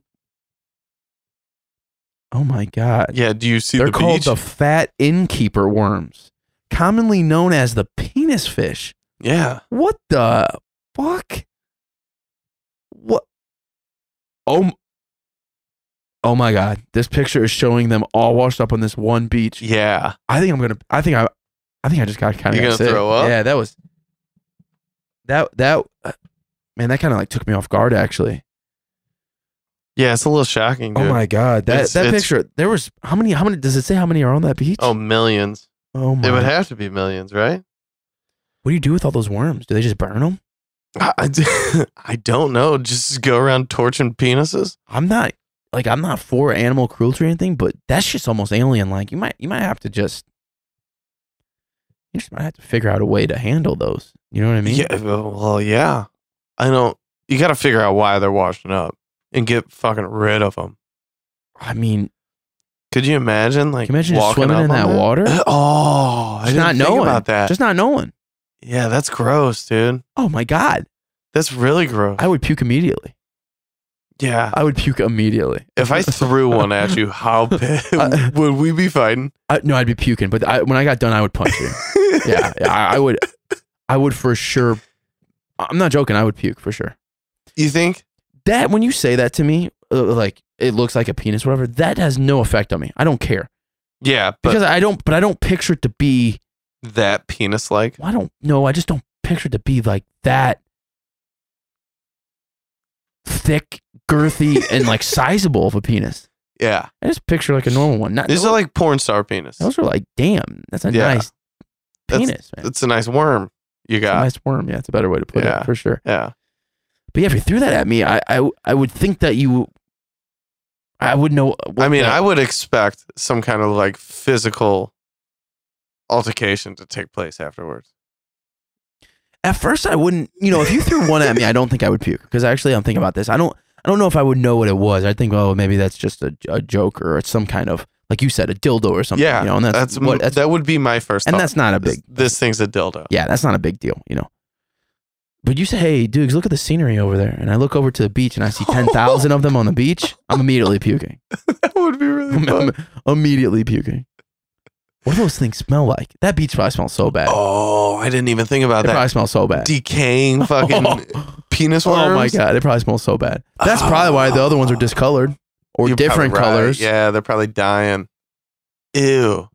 S2: Oh my god.
S1: yeah. Do you see
S2: They're
S1: the
S2: called
S1: beach?
S2: the fat innkeeper worms, commonly known as the penis fish.
S1: yeah.
S2: What the fuck? What? Oh, m- oh my god! This picture is showing them all washed up on this one beach.
S1: Yeah.
S2: I think I'm gonna. I think I. I think I just got kind of.
S1: You're gonna throw up?
S2: Yeah, that was. That that, uh, man, that kind of like took me off guard actually.
S1: Yeah. It's a little shocking.
S2: Oh
S1: Dude.
S2: my god, that
S1: It's-
S2: that
S1: it's-
S2: picture. There was how many? How many? Does it say how many are on that beach?
S1: Oh, millions.
S2: oh my
S1: It would have to be millions, right?
S2: What do you do with all those worms? Do they just burn them?
S1: I,
S2: (laughs)
S1: I- I don't know. Just go around torching penises.
S2: I'm not like I'm not for animal cruelty or anything, but that's just almost alien. Like you might you might have to just you just might have to figure out a way to handle those. You know what I mean?
S1: Yeah. Well, yeah. I don't. You got to figure out why they're washing up and get fucking rid of them.
S2: I mean,
S1: Could you imagine, like,
S2: Can you imagine just
S1: walking
S2: swimming
S1: up
S2: in
S1: on
S2: that water?
S1: (laughs) Oh, I
S2: just
S1: didn't
S2: not
S1: think
S2: knowing
S1: about that.
S2: Just not knowing.
S1: yeah, that's gross, dude.
S2: Oh my god,
S1: That's really gross.
S2: I would puke immediately.
S1: yeah,
S2: I would puke immediately.
S1: if I threw one at you,
S2: (laughs)
S1: how
S2: I-
S1: pissed (laughs) would we be fighting?
S2: I, no, I'd be puking. But I, when I got done, I
S1: (laughs)
S2: would punch you. yeah, yeah, I, I would. I would for sure. I'm not joking. I would puke for sure.
S1: You think?
S2: that when you say that to me, uh, like it looks like a penis, whatever. That has no effect on me. I don't care
S1: Yeah, but
S2: because I don't. But I don't picture it to be.
S1: that penis, like,
S2: I don't know. I just don't picture it to be like that thick, girthy,
S1: (laughs)
S2: and like sizable of a penis.
S1: yeah,
S2: I just picture like a normal one. Not
S1: these
S2: those,
S1: are like porn star penis.
S2: those are like damn. That's a
S1: Yeah.
S2: nice
S1: That's-
S2: penis, man.
S1: It's a nice worm you
S2: It's a
S1: got.
S2: nice worm. Yeah, it's a better way to put
S1: Yeah.
S2: it for sure.
S1: yeah,
S2: But yeah, if you threw that at me, I I, I would think that you. I would know. uh,
S1: I mean,
S2: I.
S1: I would expect some kind of like physical altercation to take place afterwards.
S2: At first, I wouldn't. You know, if you threw one at me, I don't think I would puke because actually, I'm thinking about this. I don't. I don't know if I would know what it was. I think, oh, maybe that's just a, a joke or it's some kind of like you said, a dildo or something.
S1: yeah,
S2: you know, and that's,
S1: that's,
S2: what. That's,
S1: that would be my first.
S2: and
S1: thought.
S2: that's not a
S1: This-
S2: big.
S1: This thing's a dildo.
S2: Yeah, that's not a big deal. You know. But you say, hey, dudes, look at the scenery over there, and I look over to the beach and I see ten thousand of them on the beach. I'm immediately puking.
S1: (laughs) That would be really
S2: I'm,
S1: fun.
S2: I'm immediately puking. What do those things smell like? That beach probably smells so bad.
S1: Oh, I didn't even think about
S2: it
S1: Oh, that.
S2: (laughs) probably smells so bad.
S1: Decaying fucking penis worms.
S2: Oh my god, it probably smells so bad. That's probably why the other ones are discolored
S1: Oh.
S2: or
S1: You're
S2: different
S1: probably right.
S2: colors.
S1: Yeah, they're probably dying. Ew.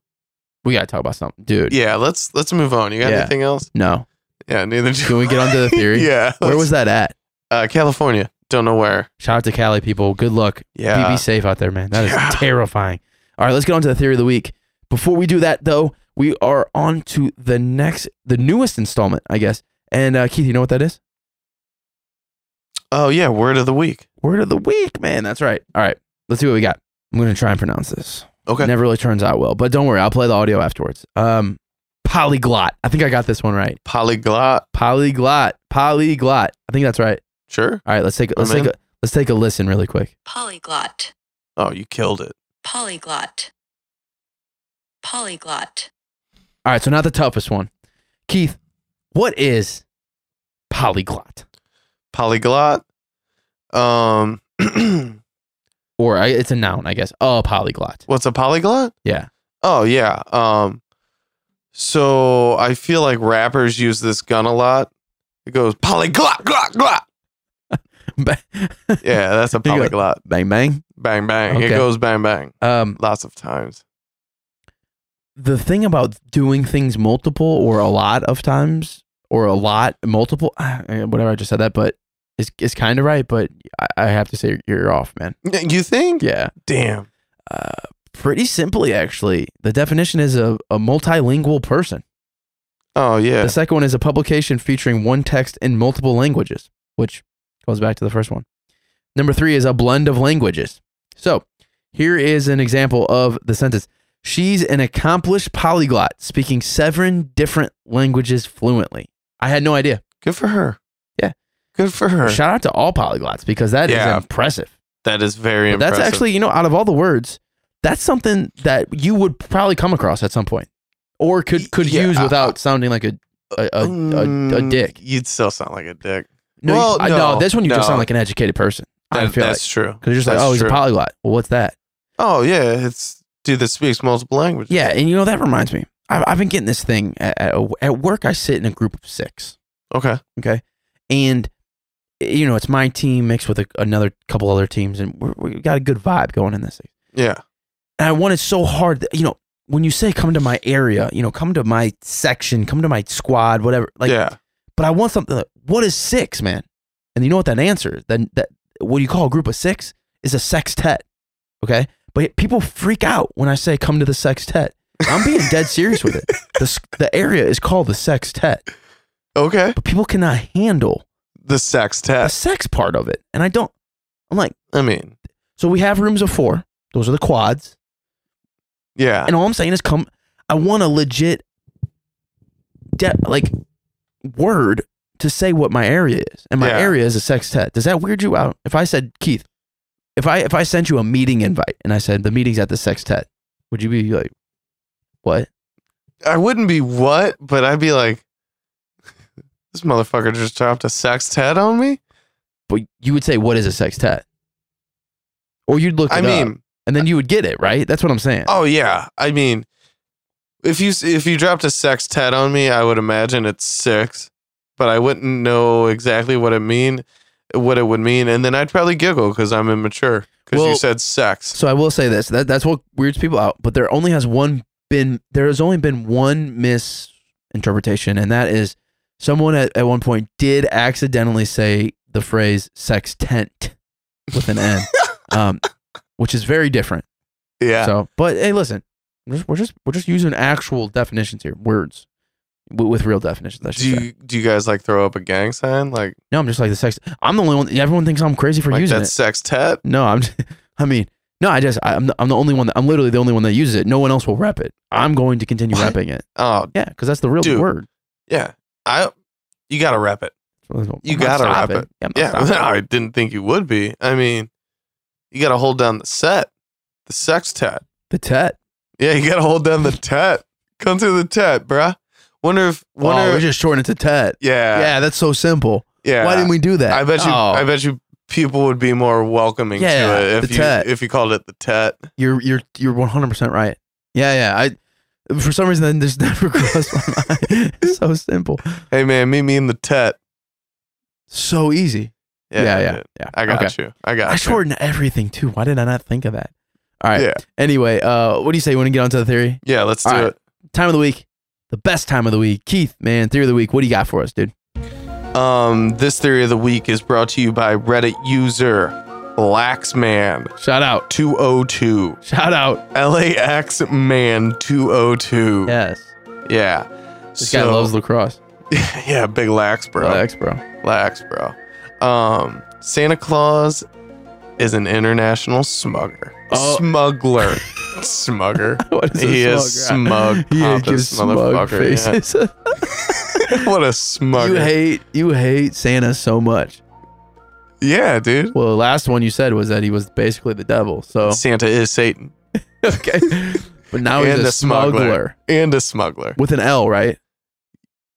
S2: We gotta talk about something, dude.
S1: Yeah, let's let's move on. You got
S2: Yeah.
S1: anything else?
S2: No,
S1: Yeah, neither do (laughs)
S2: can we get onto the theory?
S1: Yeah.
S2: Where was that at?
S1: uh, California? Don't know where.
S2: Shout out to Cali people. Good luck. Be,
S1: Yeah.
S2: be safe out there, man. That is
S1: Yeah.
S2: terrifying. All right, let's get on to the theory of the week. Before we do that, though, we are on to the next, the newest installment, I guess. And uh, Keith, you know what that is?
S1: Oh yeah, word of the week.
S2: Word of the week, man. That's right. All right, let's see what we got. I'm gonna try and pronounce this.
S1: Okay.
S2: Never really turns out well, but don't worry, I'll play the audio afterwards. Um, polyglot. I think I got this one right.
S1: Polyglot.
S2: Polyglot. Polyglot. I think that's right.
S1: Sure.
S2: All right, let's take let's
S1: I'm
S2: take
S1: in.
S2: a let's take a listen really quick.
S5: Polyglot.
S1: Oh, you killed it.
S5: Polyglot. Polyglot.
S2: All right, so not the toughest one. Keith, what is polyglot?
S1: Polyglot. Um, (clears throat)
S2: Or I, it's a noun, I guess. A polyglot.
S1: what's a polyglot?
S2: Yeah.
S1: Oh yeah. Um, so I feel like rappers use this gun a lot. It goes polyglot, glot, glot.
S2: bang,
S1: (laughs) Yeah, that's a
S2: (laughs) You got-
S1: polyglot.
S2: bang.
S1: Bang bang. It
S2: Okay.
S1: goes bang bang.
S2: Um,
S1: Lots of times.
S2: the thing about doing things multiple or a lot of times or a lot multiple, ah, whatever I just said that, but it's, it's kind of right, but I, I have to say you're off, man.
S1: You think?
S2: Yeah.
S1: Damn.
S2: Uh, pretty simply, actually. The definition is a, a multilingual person.
S1: Oh yeah.
S2: The second one is a publication featuring one text in multiple languages, which goes back to the first one. Number three is a blend of languages. So here is an example of the sentence She's an accomplished polyglot, speaking seven different languages fluently. I had no idea.
S1: Good for her.
S2: Yeah.
S1: Good for her.
S2: Shout out to all polyglots because that is
S1: Yeah.
S2: impressive.
S1: That is very
S2: But
S1: impressive.
S2: That's actually, you know, out of all the words, that's something that you would probably come across at some point or could, could
S1: Yeah,
S2: use
S1: I-
S2: without sounding like a, a, a, a, a
S1: Mm,
S2: dick.
S1: You'd still sound like a dick.
S2: No, you-
S1: Well,
S2: I- no,
S1: no,
S2: this one you
S1: no.
S2: just sound like an educated person. I
S1: That-
S2: feel like
S1: that's true.
S2: because you're just like,
S1: that's
S2: oh, he's
S1: true.
S2: a polyglot. Well, what's that?
S1: Oh yeah, it's dude that speaks multiple languages.
S2: Yeah, and you know that reminds me. I've, I've been getting this thing at, at, at work. I sit in a group of six,
S1: Okay.
S2: okay, and you know it's my team mixed with a, another couple other teams, and we're, we got a good vibe going in this.
S1: Yeah.
S2: And I wanted so hard that you know when you say come to my area, you know come to my section, come to my squad, whatever. Like,
S1: yeah.
S2: but I want something. Like, what is six, man? And you know what that answer? Then that what you call a group of six is a sextet. Okay, but people freak out when I say come to the sextet. I'm being dead serious with it. The s- the area is called the sextet,
S1: Okay.
S2: but people cannot handle
S1: The sex
S2: the
S1: test.
S2: sex part of it. And I don't. I'm like,
S1: I mean,
S2: so we have rooms of four. Those are the quads.
S1: yeah.
S2: And all I'm saying is come. I want a legit, de- like, word to say what my area is, and my
S1: Yeah.
S2: area is a sextet. Does that weird you out? If I said Keith, if I if I sent you a meeting invite and I said the meeting's at the sextet, would you be like, what?
S1: I wouldn't be what, but I'd be like, (laughs) this motherfucker just dropped a sex tet on me.
S2: But you would say, what is a sextet? Or you'd look. It
S1: I
S2: up,
S1: mean,
S2: and then you would get it right. That's what I'm saying.
S1: oh yeah. I mean, if you if you dropped a sex tet on me, I would imagine it's six, but I wouldn't know exactly what it mean, what it would mean, and then I'd probably giggle because I'm immature because you
S2: Well-
S1: said sex.
S2: So I will say this: that that's what weirds people out. But there only has one been there has only been one misinterpretation, and that is someone at, at one point did accidentally say the phrase "sextent" with an
S1: (laughs)
S2: N, um, which is very different.
S1: Yeah.
S2: So, but hey, listen, we're just we're just, we're just using actual definitions here, words with, with real definitions. I should
S1: do
S2: say.
S1: you do you guys like throw up a gang sign like
S2: no, I'm just like the sex. I'm the only one. Everyone thinks I'm crazy for
S1: like
S2: using
S1: that
S2: it.
S1: sex tet?
S2: No, I'm. (laughs) I mean, no, I just I- I'm the, I'm the only one. That, I'm literally the only one that uses it. No one else will rep it. I'm going to continue
S1: What?
S2: repping it.
S1: Oh
S2: Yeah, because that's the real
S1: Dude.
S2: word.
S1: yeah. I you gotta rep it. You
S2: I'm not
S1: gotta rep
S2: stopping.
S1: it.
S2: Yeah, I'm not
S1: Yeah, (laughs)
S2: stopping.
S1: I didn't think you would be. I mean, you got to hold down the set, the sextet.
S2: the tet.
S1: Yeah, you got to hold down the tet. Come to the tet, bruh. Wonder if wonder.
S2: oh, we just shorten it to tet.
S1: yeah, yeah,
S2: yeah, that's so simple. Why didn't we do that?
S1: I bet you.
S2: Oh,
S1: I bet you people would be more welcoming
S2: Yeah,
S1: to it if
S2: the
S1: you
S2: tet.
S1: if you called it the tet.
S2: you're you're you're 100 percent right. Yeah, yeah. I for some reason that (laughs) just never crossed my mind. It's so simple.
S1: Hey man, meet me in the tet.
S2: So easy. Yeah, yeah,
S1: I
S2: yeah.
S1: did. I got
S2: Okay.
S1: you. I got
S2: I
S1: you.
S2: shorten everything too. Why did I not think of that? All right.
S1: Yeah.
S2: Anyway, uh, what do you say? You want to get onto the theory?
S1: Yeah, let's do
S2: All right.
S1: it.
S2: Time of the week, the best time of the week. Keith, man, theory of the week. What do you got for us, dude?
S1: Um, this theory of the week is brought to you by Reddit user Laxman
S2: Shout out.
S1: 202.
S2: Shout out.
S1: LAX man 202. Yeah.
S2: Yes. This guy loves lacrosse.
S1: (laughs) yeah, big lax, bro.
S2: Relax, bro. (laughs)
S1: Lax, bro. Um, Santa Claus is an international smugger.
S2: Oh. (laughs)
S1: Smuggler. smugger.
S2: What is a
S1: He is smug,
S2: smug, (laughs) He
S1: pompous
S2: gives smug
S1: motherfucker, yeah.
S2: faces. (laughs)
S1: what a
S2: you
S1: smugger.
S2: hate you hate Santa so much.
S1: yeah, dude.
S2: Well, the last one you said was that he was basically the
S1: (laughs)
S2: devil. So
S1: Santa is Satan
S2: okay, but now he's
S1: And
S2: a
S1: a smuggler.
S2: smuggler
S1: and a smuggler.
S2: with an L, right?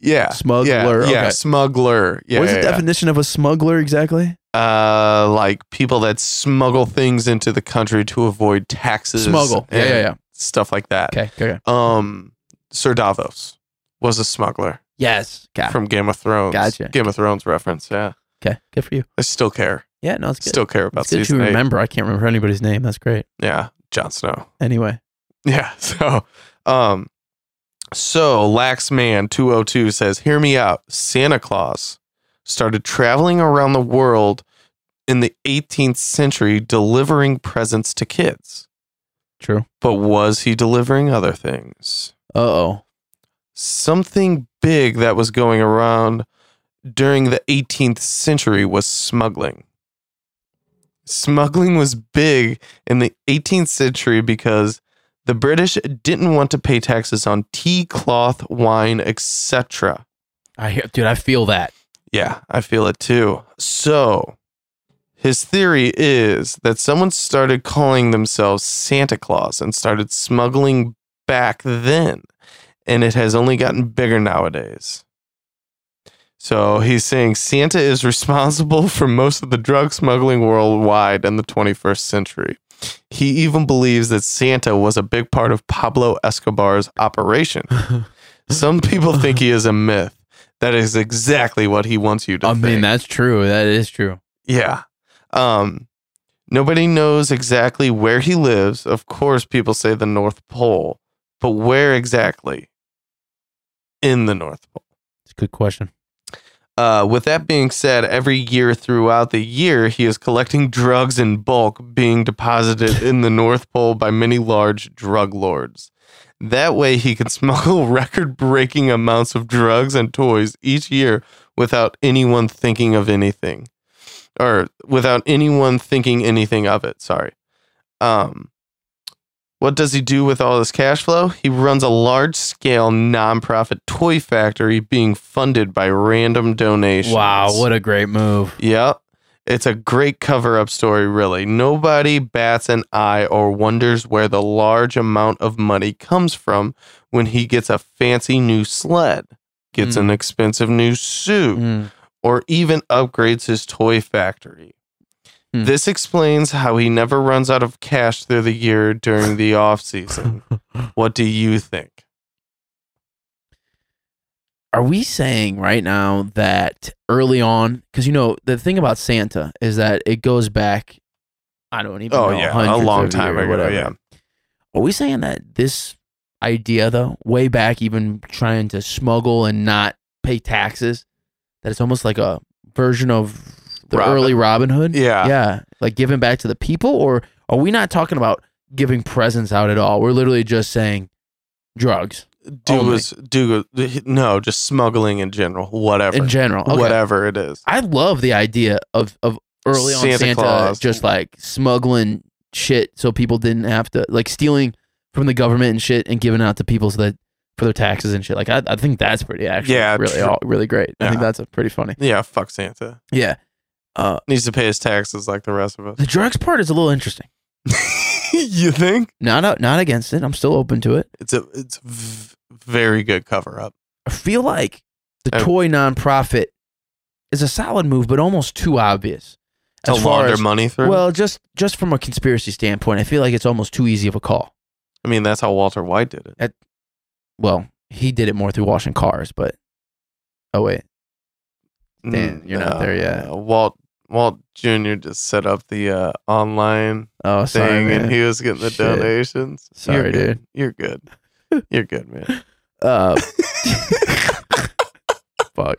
S1: Yeah.
S2: Smuggler,
S1: Yeah, yeah,
S2: okay.
S1: smuggler. Yeah.
S2: What's
S1: yeah,
S2: the
S1: yeah.
S2: definition of a smuggler exactly?
S1: uh, like people that smuggle things into the country to avoid taxes.
S2: Smuggle. Yeah,
S1: and
S2: yeah, yeah.
S1: Stuff like that.
S2: Okay, okay.
S1: Um, Sir Davos was a smuggler
S2: Yes. Okay.
S1: from Game of Thrones.
S2: Gotcha.
S1: Game of Thrones reference. Yeah,
S2: okay. Good for you.
S1: I still care.
S2: Yeah. No, it's good.
S1: Still care about
S2: it's good to
S1: season eight.
S2: remember. I can't remember anybody's name. That's great.
S1: Yeah, Jon Snow. (laughs)
S2: Anyway,
S1: Yeah. So, um, so Laxman two hundred two says, "Hear me out. Santa Claus started traveling around the world in the 18th century, delivering presents to kids.
S2: true.
S1: But was he delivering other things?
S2: Uh oh.
S1: Something big that was going around during the 18th century was smuggling." Smuggling was big in the 18th century because the British didn't want to pay taxes on tea, cloth, wine, etc.
S2: I hear, dude. I feel that.
S1: Yeah, I feel it too. So, his theory is that someone started calling themselves Santa Claus and started smuggling back then, and it has only gotten bigger nowadays. So, he's saying Santa is (laughs) responsible for most of the drug smuggling worldwide in the 21st century. He even believes that Santa was a big part of Pablo Escobar's
S2: (laughs)
S1: operation. Some people think he is a myth. That is exactly what he wants you to
S2: I
S1: think.
S2: mean, that's true. That is true.
S1: Yeah. Um, nobody knows exactly where he lives. Of course, people say the North Pole, but where exactly? In the North Pole.
S2: It's a good question.
S1: Uh, with that being said, every year throughout the year, he is collecting drugs in bulk being deposited in the North Pole by many large drug lords. That way, he can smuggle (laughs) record breaking amounts of drugs and toys each year without anyone thinking of anything or without anyone thinking anything of it. Sorry. Um, what does he do with all this cash flow? He runs a large scale nonprofit toy factory being funded by random donations.
S2: Wow, what a great move.
S1: Yep. It's a great cover up story, really. Nobody bats an eye or wonders where the large amount of money comes from when he gets a fancy new sled, gets
S2: Mm.
S1: an expensive new suit, or even upgrades his toy factory.
S2: Hmm.
S1: This explains how he never runs out of cash through the year during the off
S2: (laughs)
S1: season. what do you think?
S2: Are we saying right now that early on, because you know the thing about Santa is that it goes back, I don't
S1: Oh,
S2: even know, hundreds of years or whatever. Are we saying that this idea though, way back, even trying to smuggle and not pay taxes, that it's almost like a version of the
S1: Robin.
S2: early Robin Hood?
S1: Yeah.
S2: yeah, like giving back to the people, or are we not talking about giving presents out at all? We're literally just saying drugs
S1: Dude
S2: Only.
S1: was dude was- no, just smuggling in general, whatever.
S2: in general. Okay.
S1: Whatever it is.
S2: I love the idea of of early on
S1: Santa
S2: Santa,
S1: Claus.
S2: just like smuggling shit so people didn't have to like stealing from the government and shit and giving out to people so that for their taxes and shit. Like I, I think that's pretty actually
S1: Yeah,
S2: really
S1: true.
S2: all, really great. I think
S1: Yeah.
S2: that's a pretty funny.
S1: Yeah, fuck Santa.
S2: Yeah. Uh
S1: Needs to pay his taxes like the rest of us.
S2: (laughs) the drugs part is a little interesting.
S1: you think?
S2: Not out, not against it. I'm still open to it.
S1: It's a it's v- very good cover up.
S2: I feel like the
S1: Oh.
S2: toy nonprofit is a solid move, but almost too obvious.
S1: To
S2: As far
S1: launder
S2: as-
S1: money through.
S2: Well, just just from a conspiracy standpoint, I feel like it's almost too easy of a call.
S1: I mean, that's how Walter White did it.
S2: Well, he did it more through washing cars, but oh wait, Dan, you're not there yet.
S1: Uh, Walt Walt Jr. just set up the uh, online
S2: Oh, sorry,
S1: thing, and
S2: man.
S1: he was getting the
S2: Shit.
S1: donations.
S2: Sorry,
S1: You're good. You're
S2: (laughs)
S1: good. You're good, man. (laughs)
S2: Uh, fuck.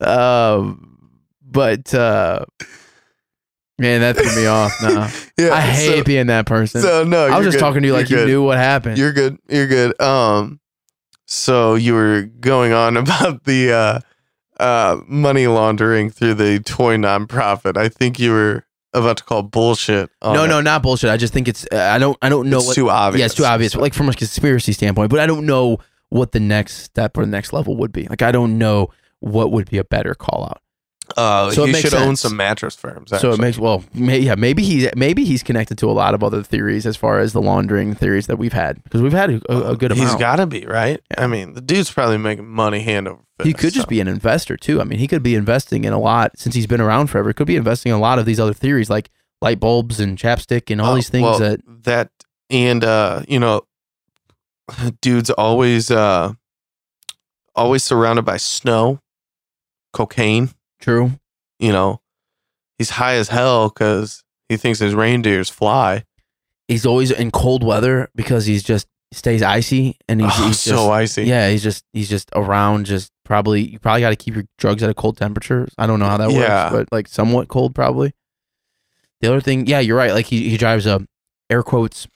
S2: Um, but uh, man, that threw
S1: (laughs)
S2: me off. No,
S1: Yeah,
S2: I hate
S1: so,
S2: being that person.
S1: So no,
S2: I
S1: you're
S2: was just
S1: good.
S2: talking to you
S1: You're
S2: like you
S1: good.
S2: knew what happened.
S1: You're good. You're good. Um, so you were going on (laughs) about the uh, uh, money laundering through the toy nonprofit. I think you were about to call bullshit. On
S2: no,
S1: it.
S2: no, not bullshit. I just think it's. Uh, I don't. I don't know
S1: it's
S2: what.
S1: too obvious.
S2: yeah, it's too obvious. Like from a conspiracy standpoint, but I don't know what the next step or the next level would be. Like I don't know what would be a better call out.
S1: uh,
S2: So it
S1: he
S2: makes
S1: should own
S2: sense.
S1: some mattress firms.
S2: So
S1: actually.
S2: it makes well, may, yeah, maybe he's maybe he's connected to a lot of other theories as far as the laundering theories that we've had because we've had a, a, a good amount.
S1: He's got to be right. I mean, the dude's probably making money hand over fist.
S2: he could just be an investor too. I mean, he could be investing in a lot since he's been around forever. Could be investing in a lot of these other theories like light bulbs and chapstick and all
S1: Oh,
S2: these things
S1: well,
S2: that
S1: that and uh, you know, (laughs) dude's always uh, always surrounded by snow, cocaine.
S2: true.
S1: You know, he's high as hell because he thinks his reindeers fly.
S2: He's always in cold weather because he's just stays icy and he's,
S1: (laughs) oh,
S2: he's
S1: so
S2: just,
S1: icy.
S2: yeah, he's just he's just around just probably you probably got to keep your drugs at a cold temperature. I don't know how that
S1: Yeah.
S2: works, but like somewhat cold probably. The other thing, yeah, you're right. Like he he drives a air quotes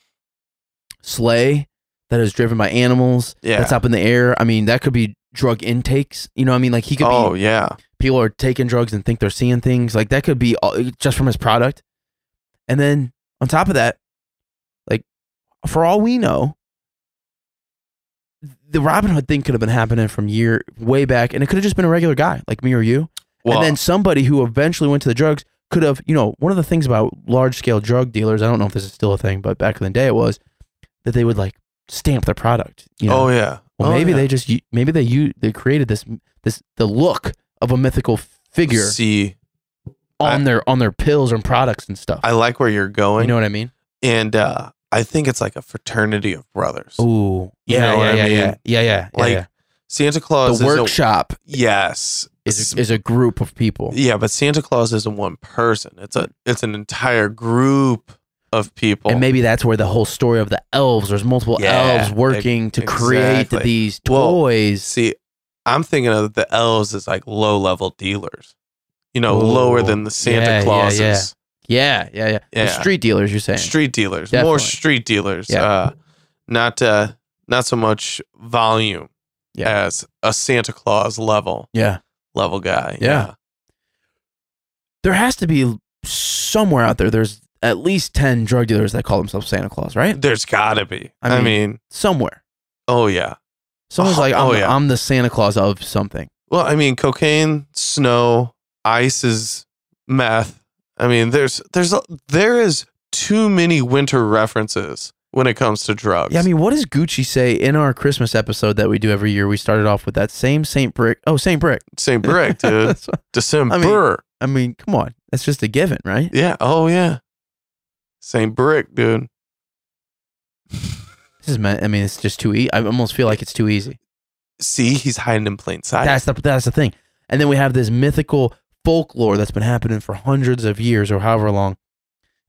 S2: sleigh that is driven by animals
S1: Yeah.
S2: that's up in the air. I mean, that could be drug intakes. You know, what I mean, like he could
S1: oh
S2: be
S1: yeah.
S2: people are taking drugs and think they're seeing things. Like that could be all, just from his product. And then on top of that, like for all we know, the Robin Hood thing could have been happening from year way back, and it could have just been a regular guy like me or you.
S1: Well,
S2: and then somebody who eventually went to the drugs could have, you know, one of the things about large scale drug dealers. I don't know if this is still a thing, but back in the day, it was that they would like stamp their product. You know?
S1: oh yeah.
S2: Well,
S1: Oh,
S2: maybe
S1: yeah.
S2: they just u- maybe they u- they created this this the look of a mythical figure
S1: see.
S2: on their on their pills and products and stuff.
S1: I like where you're going,
S2: you know what I mean?
S1: and uh, I think it's like a fraternity of brothers.
S2: Ooh,
S1: You
S2: yeah,
S1: know what
S2: yeah,
S1: I
S2: yeah, yeah,
S1: mean?
S2: yeah, yeah, yeah,
S1: Like,
S2: yeah.
S1: Santa Claus
S2: The
S1: is a-
S2: workshop
S1: yes.
S2: is a, is a group of people.
S1: Yeah, but Santa Claus isn't one person. It's a it's an entire group of people.
S2: And maybe that's where the whole story of the elves. There's multiple
S1: Yeah, e,
S2: elves working to create
S1: exactly.
S2: these
S1: Well,
S2: toys.
S1: see, I'm thinking of the elves as like low level dealers. You know,
S2: Ooh,
S1: lower than the Santa
S2: yeah, yeah,
S1: Clauses.
S2: yeah. yeah, yeah, yeah. The
S1: Yeah.
S2: street dealers, you're saying?
S1: Street dealers. More
S2: Definitely.
S1: street dealers.
S2: Yeah.
S1: Uh not uh not so much volume
S2: Yeah.
S1: as a Santa Claus level
S2: yeah.
S1: level guy.
S2: Yeah. There has to be somewhere out there. There's at least ten drug dealers that call themselves Santa Claus, right?
S1: There's gotta be.
S2: I
S1: I mean,
S2: mean- Somewhere.
S1: oh yeah.
S2: Someone's
S1: Oh,
S2: like, I'm,
S1: oh,
S2: the-
S1: yeah.
S2: I'm the Santa Claus of something.
S1: Well, I mean, cocaine, snow, ice is meth. I mean, there's there's a- there is too many winter references when it comes to drugs.
S2: Yeah, I mean, what does Gucci say in our Christmas episode that we do every year? We started off with that same Saint Brick. Oh, Saint Brick. (laughs)
S1: St. Brick, dude,
S2: That's what-
S1: December.
S2: I mean, come on. That's just a given, right?
S1: yeah, oh yeah, St. Brick, dude.
S2: This is meant. I mean, it's just too easy. I almost feel like it's too easy.
S1: See, he's hiding in plain sight.
S2: That's the that's the thing. And then we have this mythical folklore that's been happening for hundreds of years or however long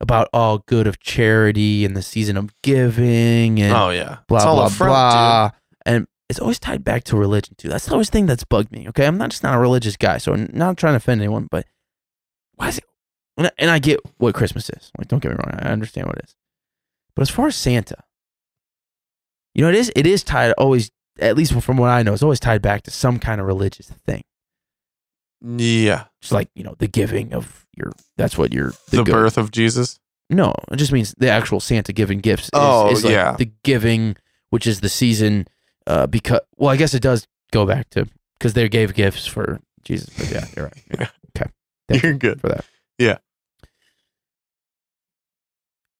S2: about all good of charity and the season of giving and
S1: oh yeah,
S2: blah
S1: it's all
S2: blah
S1: a front,
S2: blah. And it's always tied back to religion too. That's the always thing that's bugged me. Okay, I'm not just not a religious guy, so I'm not trying to offend anyone. But why is it? And I, and I get what Christmas is. Like, don't get me wrong, I understand what it is. But as far as Santa, you know, it is it is tied always. At least from what I know, it's always tied back to some kind of religious thing.
S1: dude. Yeah,
S2: Just like you know, the giving of your. That's what your
S1: the,
S2: good-
S1: birth of Jesus.
S2: no, it just means the actual Santa giving gifts. Is,
S1: Oh,
S2: is like
S1: yeah.
S2: the giving, which is the season, uh, because well, I guess it does go back to because they gave gifts for Jesus. But yeah, you're right Thank
S1: You're good.
S2: for that.
S1: (laughs) Yeah.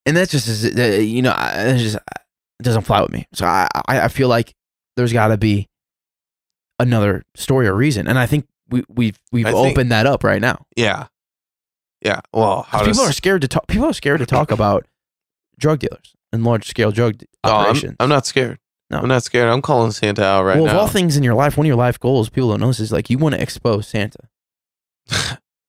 S2: And that just is, uh, you know, I- it just it doesn't fly with me. So I, I, I feel like there's got to be another story or reason, and I think we we've we've
S1: I think-
S2: opened that up right now.
S1: Yeah, yeah. Well, how
S2: 'Cause
S1: does
S2: people are scared to talk. People are scared
S1: (coughs)
S2: to talk about drug dealers and large scale drug d-
S1: Oh, I'm-
S2: operations.
S1: I'm, not scared.
S2: No.
S1: I'm not scared. I'm calling Santa out right
S2: well,
S1: now.
S2: of all things in your life, one of your life goals, people don't know this is like you want to expose Santa.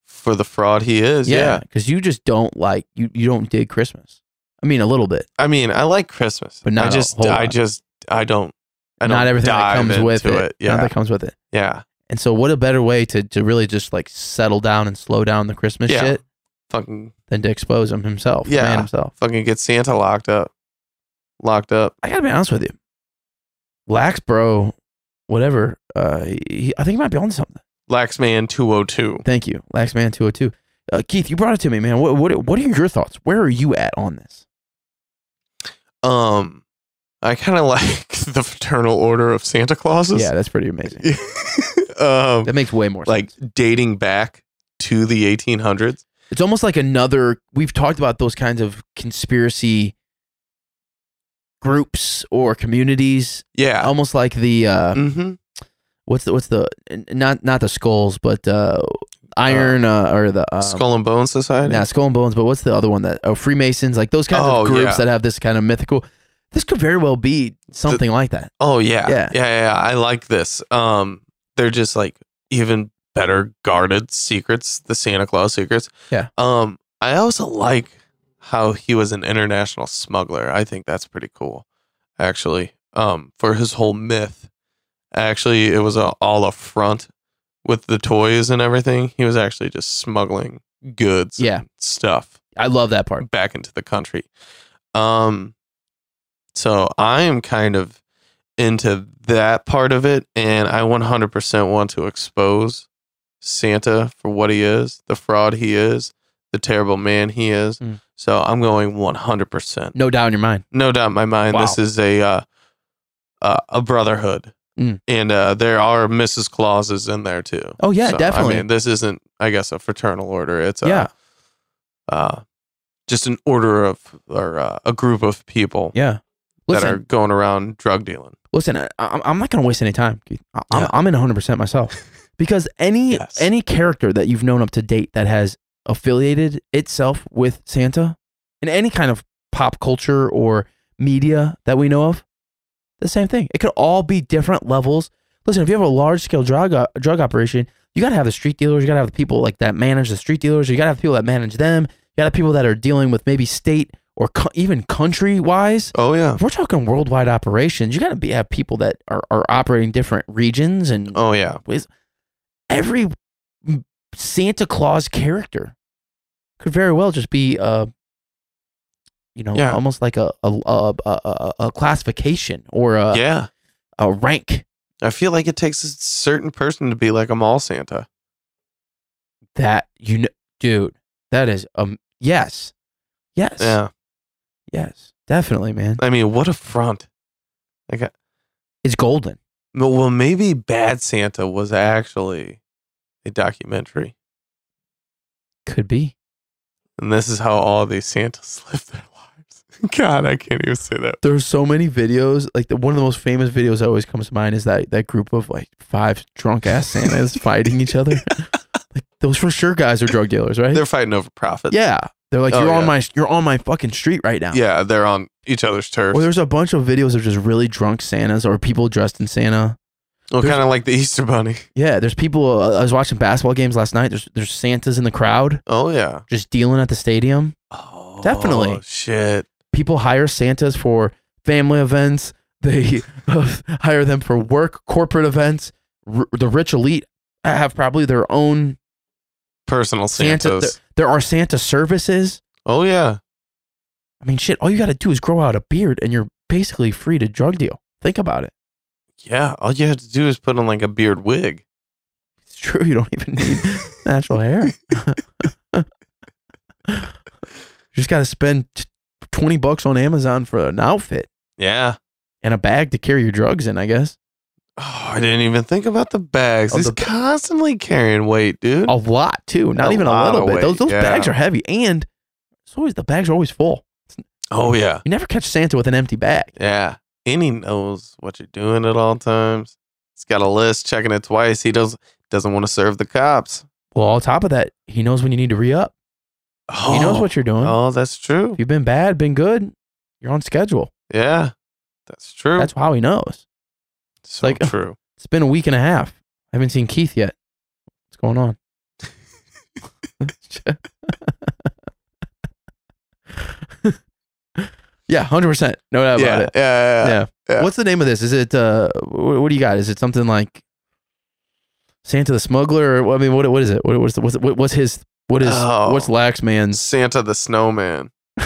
S1: for the fraud he is. Yeah.
S2: because you just don't like you. You don't dig Christmas. I mean, a little bit.
S1: I mean, I like Christmas,
S2: But not
S1: I
S2: a
S1: just,
S2: whole
S1: I
S2: lot.
S1: just, I don't, I don't
S2: Not everything that
S1: dive
S2: comes with
S1: into
S2: it.
S1: Yeah.
S2: Not that comes with it.
S1: yeah.
S2: And so, what a better way to to really just like settle down and slow down the Christmas
S1: Yeah.
S2: shit
S1: Fucking,
S2: than to expose him himself. Yeah,
S1: Yeah.
S2: man himself.
S1: fucking get Santa locked up. Locked up.
S2: I gotta be honest with you. Lax, bro, whatever. Uh, he, I think he might be on something.
S1: Laxman 202.
S2: Thank you, Lax Man Two Hundred Two. Uh, Keith, you brought it to me, man. What what what are your thoughts? Where are you at on this?
S1: Um, I kind of (laughs) like the fraternal order of Santa Clauses.
S2: yeah, that's pretty amazing.
S1: (laughs) um,
S2: That makes way more
S1: like
S2: sense.
S1: dating back to the 1800s.
S2: It's almost like another. We've talked about those kinds of conspiracy groups or communities,
S1: Yeah.
S2: almost like the uh,
S1: hmm
S2: what's the what's the n- not not the skulls, but uh, iron uh, or the um,
S1: Skull and Bone Society.
S2: Nah, Skull and Bones, but what's the other one that? Oh, Freemasons, like those kinds
S1: Oh,
S2: of groups
S1: yeah.
S2: that have this kind of mythical. This could very well be something like that.
S1: Oh yeah.
S2: Yeah.
S1: yeah. Yeah. Yeah. I like this. Um, they're just like even better guarded secrets, the Santa Claus secrets.
S2: Yeah.
S1: Um, I also like how he was an international smuggler. I think that's pretty cool, actually. Um, for his whole myth, actually, it was a, all a front with the toys and everything. He was actually just smuggling goods,
S2: Yeah.
S1: and stuff
S2: I love that part.
S1: back into the country. Um, so I am kind of into that part of it, and I 100% want to expose Santa for what he is, the fraud he is, the terrible man he is.
S2: Mm.
S1: So I'm going 100%.
S2: No doubt in your mind.
S1: No doubt in my mind, this
S2: Wow.
S1: is a uh, uh, a brotherhood.
S2: Mm.
S1: And uh, there are Mrs. Clauses in there too.
S2: Oh yeah,
S1: So,
S2: definitely.
S1: I mean, this isn't, I guess, a fraternal order. It's a,
S2: Yeah.
S1: uh, just an order of or uh, a group of people
S2: yeah.
S1: that
S2: Listen,
S1: are going around drug dealing.
S2: listen. I, I'm I'm not gonna waste any time. Keith. I, I'm
S1: Yeah.
S2: I'm in 100
S1: (laughs)
S2: percent myself because any
S1: Yes.
S2: any character that you've known up to date that has affiliated itself with Santa in any kind of pop culture or media that we know of, the same thing. It could all be different levels. Listen, if you have a large scale drug o- drug operation, you got to have the street dealers. You got to have the people like that manage the street dealers. You got to have people that manage them. You got to have people that are dealing with maybe state or co- even country wise
S1: Oh yeah,
S2: if we're talking worldwide operations, you got to be have people that are, are operating different regions and
S1: oh yeah,
S2: ways. Every Santa Claus character could very well just be, uh, you know,
S1: Yeah.
S2: almost like a a, a, a- a a classification or a,
S1: yeah.
S2: a rank.
S1: I feel like it takes a certain person to be like a mall Santa.
S2: That you know, dude, that is um, yes, yes,
S1: Yeah,
S2: yes, definitely, man.
S1: I mean, what a front! Like, I-
S2: It's golden.
S1: no, well, maybe Bad Santa was actually a documentary,
S2: Could be.
S1: and this is how all these Santas (laughs) live their lives. (laughs) God, I can't even say that.
S2: there's so many videos. Like the, one of the most famous videos that always comes to mind is that that group of like five drunk
S1: (laughs)
S2: ass Santas fighting each other. Like those for sure guys are drug dealers, right?
S1: They're fighting over profit.
S2: (laughs) yeah, they're like
S1: Oh,
S2: you're on
S1: yeah.
S2: my you're on my fucking street right now.
S1: yeah, they're on each other's turf.
S2: Or there's a bunch of videos of just really drunk Santas or people dressed in Santa.
S1: Well,
S2: there's-
S1: kind of like the Easter Bunny. (laughs)
S2: Yeah, there's people. Uh, I was watching basketball games last night. There's there's Santas in the crowd
S1: Oh yeah.
S2: just dealing at the stadium.
S1: Oh,
S2: Definitely.
S1: Shit.
S2: people hire Santas for family events. (laughs) They hire them for work, corporate events. R- the rich elite have probably their own
S1: Personal
S2: Santa.
S1: Santas.
S2: There, there are Santa services.
S1: oh yeah.
S2: I mean, shit. All you got to do is grow out a beard, and you're basically free to drug deal. Think about it.
S1: Yeah. All you have to do is put on like a beard wig.
S2: It's true. You don't (laughs) even need natural hair. (laughs) you just got to spend t- twenty bucks on Amazon for an outfit
S1: Yeah.
S2: and a bag to carry your drugs in. I guess
S1: Oh, I didn't even think about the bags.
S2: Oh,
S1: He's
S2: the- Oh.
S1: constantly carrying weight, dude.
S2: a lot too. Not
S1: A
S2: even a
S1: lot
S2: little
S1: of
S2: bit. those
S1: weight,
S2: those
S1: yeah.
S2: bags are heavy, and it's always the bags are always full.
S1: Oh yeah.
S2: You never catch Santa with an empty bag.
S1: Yeah. And he knows what you're doing at all times. He's got a list, checking it twice. He does doesn't want to serve the cops.
S2: Well, on top of that, he knows when you need to re up.
S1: Oh,
S2: He knows what you're doing.
S1: Oh, that's true.
S2: If you've been bad, been good, you're on schedule.
S1: Yeah. That's true.
S2: That's how he knows.
S1: so
S2: like- (laughs)
S1: true.
S2: It's been a week and a half. I haven't seen Keith yet. What's going on? (laughs) yeah, hundred percent, no doubt about
S1: yeah,
S2: it.
S1: yeah, yeah.
S2: Yeah.
S1: yeah.
S2: What's the name of this? Is it uh, what, what do you got? Is it something like Santa the Smuggler? Or I mean, what what is it? What, what's the, what's what, what's his what is
S1: Oh.
S2: what's Lax Man's?
S1: Santa the Snowman. (laughs)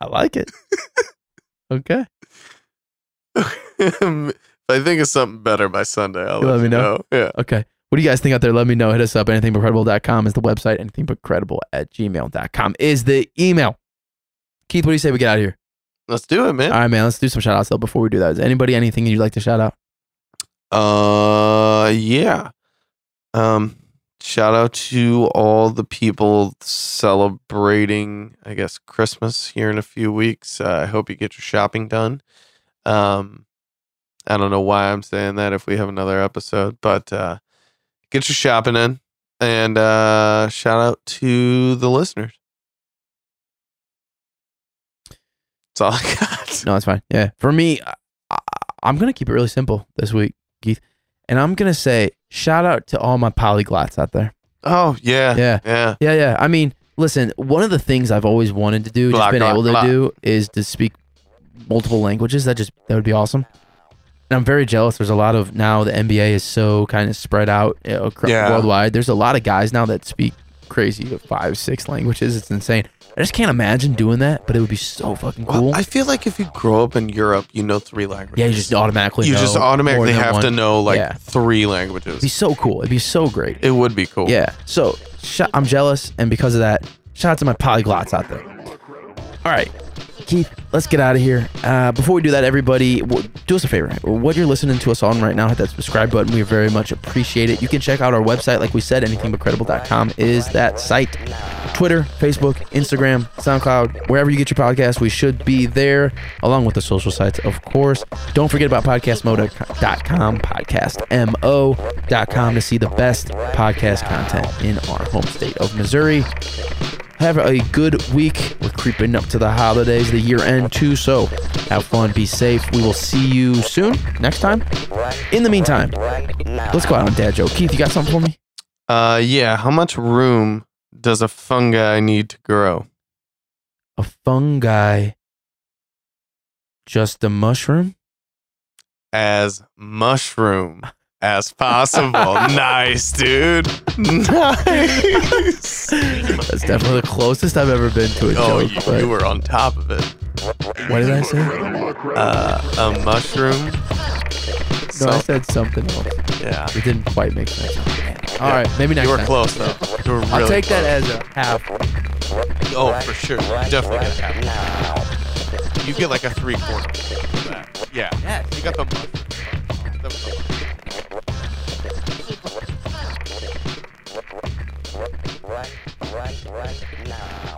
S2: I
S1: (laughs)
S2: like it. okay,
S1: if I think of something better by Sunday, I'll
S2: You
S1: let,
S2: let me
S1: you
S2: know?
S1: know. Yeah.
S2: okay. What do you guys think out there? Let me know. Hit us up. Anythingbutcredible.com is the website. Anythingbutcredible at gmail.com is the email. Keith, what do you say we get out of here?
S1: Let's do it, man.
S2: All right, man. Let's do some shout outs though before we do that. Is anybody anything you'd like to shout out?
S1: Uh, yeah. Um, shout out to all the people celebrating, I guess, Christmas here in a few weeks. Uh, I hope you get your shopping done. Um, I don't know why I'm saying that if we have another episode, but uh, get your shopping in. And uh, shout out to the listeners. That's all I (laughs) got.
S2: No, that's fine. Yeah. For me, I, I, I'm going to keep it really simple this week, Keith. And I'm going to say shout out to all my polyglots
S1: (laughs)
S2: out there.
S1: Oh, yeah.
S2: Yeah.
S1: Yeah.
S2: Yeah, yeah. I mean, listen, one of the things I've always wanted to do, just
S1: Blah,
S2: been
S1: blah,
S2: able to
S1: blah.
S2: do, is to speak multiple languages. That just that would be awesome. And I'm very jealous. There's a lot of now the NBA is so kind of spread out you know, acro-
S1: Yeah.
S2: worldwide. There's a lot of guys now that speak crazy five, six languages. It's insane. I just can't imagine doing that, but it would be so fucking cool.
S1: Well, I feel like if you grow up in Europe, you know three languages.
S2: yeah, you just automatically
S1: you
S2: know
S1: just
S2: more
S1: automatically
S2: than
S1: have to
S2: one.
S1: know like
S2: Yeah.
S1: three
S2: It'd be
S1: languages.
S2: so cool. It'd be so great.
S1: It would be cool.
S2: Yeah. So sh- I'm jealous, and because of that, shout out to my polyglots out there. All right, Keith, let's get out of here. Uh, before we do that, everybody, w- do us a favor. What you're listening to us on right now, hit that subscribe button. We very much appreciate it. You can check out our website, like we said, anythingbutcredible.com is that site. Twitter, Facebook, Instagram, SoundCloud, wherever you get your podcast, we should be there, along with the social sites, of course. Don't forget about podcastmo.com, podcastmo.com to see the best podcast content in our home state of Missouri. Have a good week. We're creeping up to the holidays, the year end too, so have fun, be safe. We will see you soon next time. In the meantime,
S4: right now.
S2: let's go out on Dad Joe. Keith, you got something for me?
S1: Uh, yeah. How much room does a fungi need to grow?
S2: A fungi. Just a mushroom?
S1: As mushroom as possible.
S2: (laughs)
S1: nice, dude.
S2: (laughs)
S1: Nice.
S2: That's definitely the closest I've ever been to a
S1: Oh,
S2: joke.
S1: you,
S2: but
S1: you were on top of it.
S2: what did I say?
S1: Uh, a mushroom.
S2: No, I
S1: So,
S2: said something else.
S1: yeah.
S2: It didn't quite make sense. All right, maybe next
S1: You were
S2: time.
S1: close though. You were really
S2: I'll take
S1: close.
S2: that as a half.
S1: Oh, for sure. You definitely get a half.
S4: now.
S1: You get like a three quarter. for that. Yeah. You got the mushroom. That was the mushroom.
S4: Right, right, right now.